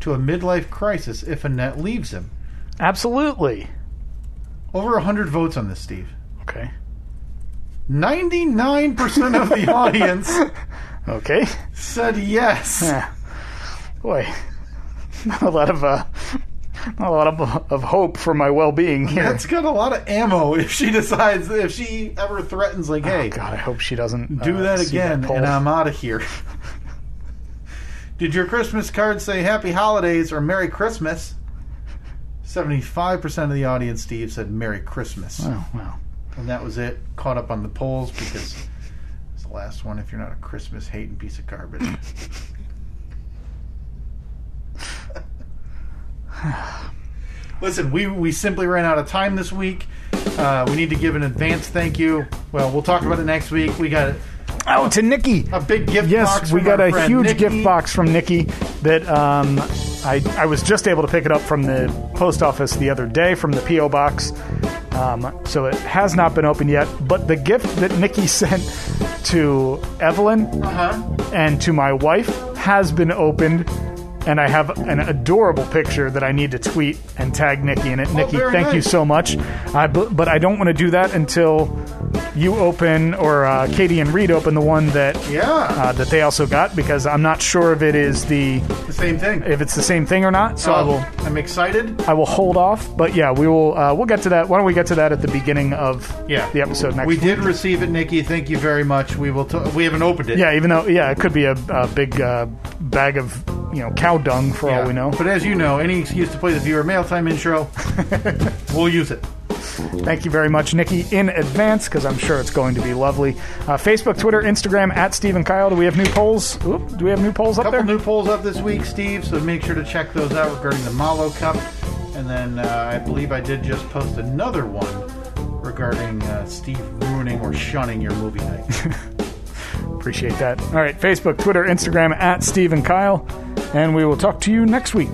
Speaker 2: to a midlife crisis if Annette leaves him?
Speaker 1: Absolutely.
Speaker 2: Over hundred votes on this, Steve.
Speaker 1: Okay.
Speaker 2: Ninety-nine percent
Speaker 1: <laughs>
Speaker 2: of the audience <laughs>
Speaker 1: Okay.
Speaker 2: said yes.
Speaker 1: Yeah. Boy, not a lot of uh, not a lot of, of hope for my well-being here.
Speaker 2: That's got a lot of ammo <laughs> if she decides, if she ever threatens, like, hey,
Speaker 1: Oh, God, I hope she doesn't
Speaker 2: do
Speaker 1: uh,
Speaker 2: that
Speaker 1: see
Speaker 2: again
Speaker 1: poll.
Speaker 2: and I'm out of here. <laughs> Did your Christmas card say Happy Holidays or Merry Christmas? 75% of the audience, Steve, said Merry Christmas.
Speaker 1: Oh wow.
Speaker 2: And that was it. Caught up on the polls because it's the last one if you're not a Christmas hating piece of garbage. Listen, we, we simply ran out of time this week. Uh, we need to give an advance thank you. Well, we'll talk about it next week. We got
Speaker 1: Oh, to Nikki.
Speaker 2: a big gift box.
Speaker 1: Yes, we
Speaker 2: from
Speaker 1: got
Speaker 2: our
Speaker 1: a
Speaker 2: friend
Speaker 1: huge
Speaker 2: Nikki.
Speaker 1: gift box from Nikki that um, I, I was just able to pick it up from the post office the other day from the P.O. box. Um, so it has not been opened yet. But the gift that Nikki <laughs> sent to Evelyn
Speaker 2: Uh-huh.
Speaker 1: and to my wife has been opened. And I have an adorable picture that I need to tweet and tag Nikki in it. Nikki,
Speaker 2: Oh, very
Speaker 1: thank you
Speaker 2: nice.
Speaker 1: so much. I bu- but I don't want to do that until you open or uh, Katie and Reed open the one that
Speaker 2: Yeah,
Speaker 1: uh, that they also got because I'm not sure if it is the
Speaker 2: the same thing.
Speaker 1: if it's the same thing or not. So I
Speaker 2: Oh.
Speaker 1: will
Speaker 2: I'm excited.
Speaker 1: I will hold off. But yeah, we will uh, we'll get to that. Why don't we get to that at the beginning of
Speaker 2: Yeah.
Speaker 1: the episode next?
Speaker 2: We
Speaker 1: week.
Speaker 2: did receive it, Nikki. Thank you very much. We will. T- we haven't opened it.
Speaker 1: Yeah, even though yeah, it could be a, a big uh, bag of you know cow dung for all
Speaker 2: Yeah.
Speaker 1: we know.
Speaker 2: But as you know, any excuse to play the viewer mail time intro, we'll use it.
Speaker 1: Thank you very much, Nikki, in advance because I'm sure it's going to be lovely. Uh, Facebook, Twitter, Instagram at Stephen Kyle. Do we have new polls? Oop, do we have new polls up
Speaker 2: couple
Speaker 1: there?
Speaker 2: new polls up this week, Steve, so make sure to check those out regarding the Malo Cup. And then uh, I believe I did just post another one regarding uh, Steve ruining or shunning your movie night.
Speaker 1: Appreciate that. All right, Facebook, Twitter, Instagram at Steve and Kyle, and we will talk to you next week.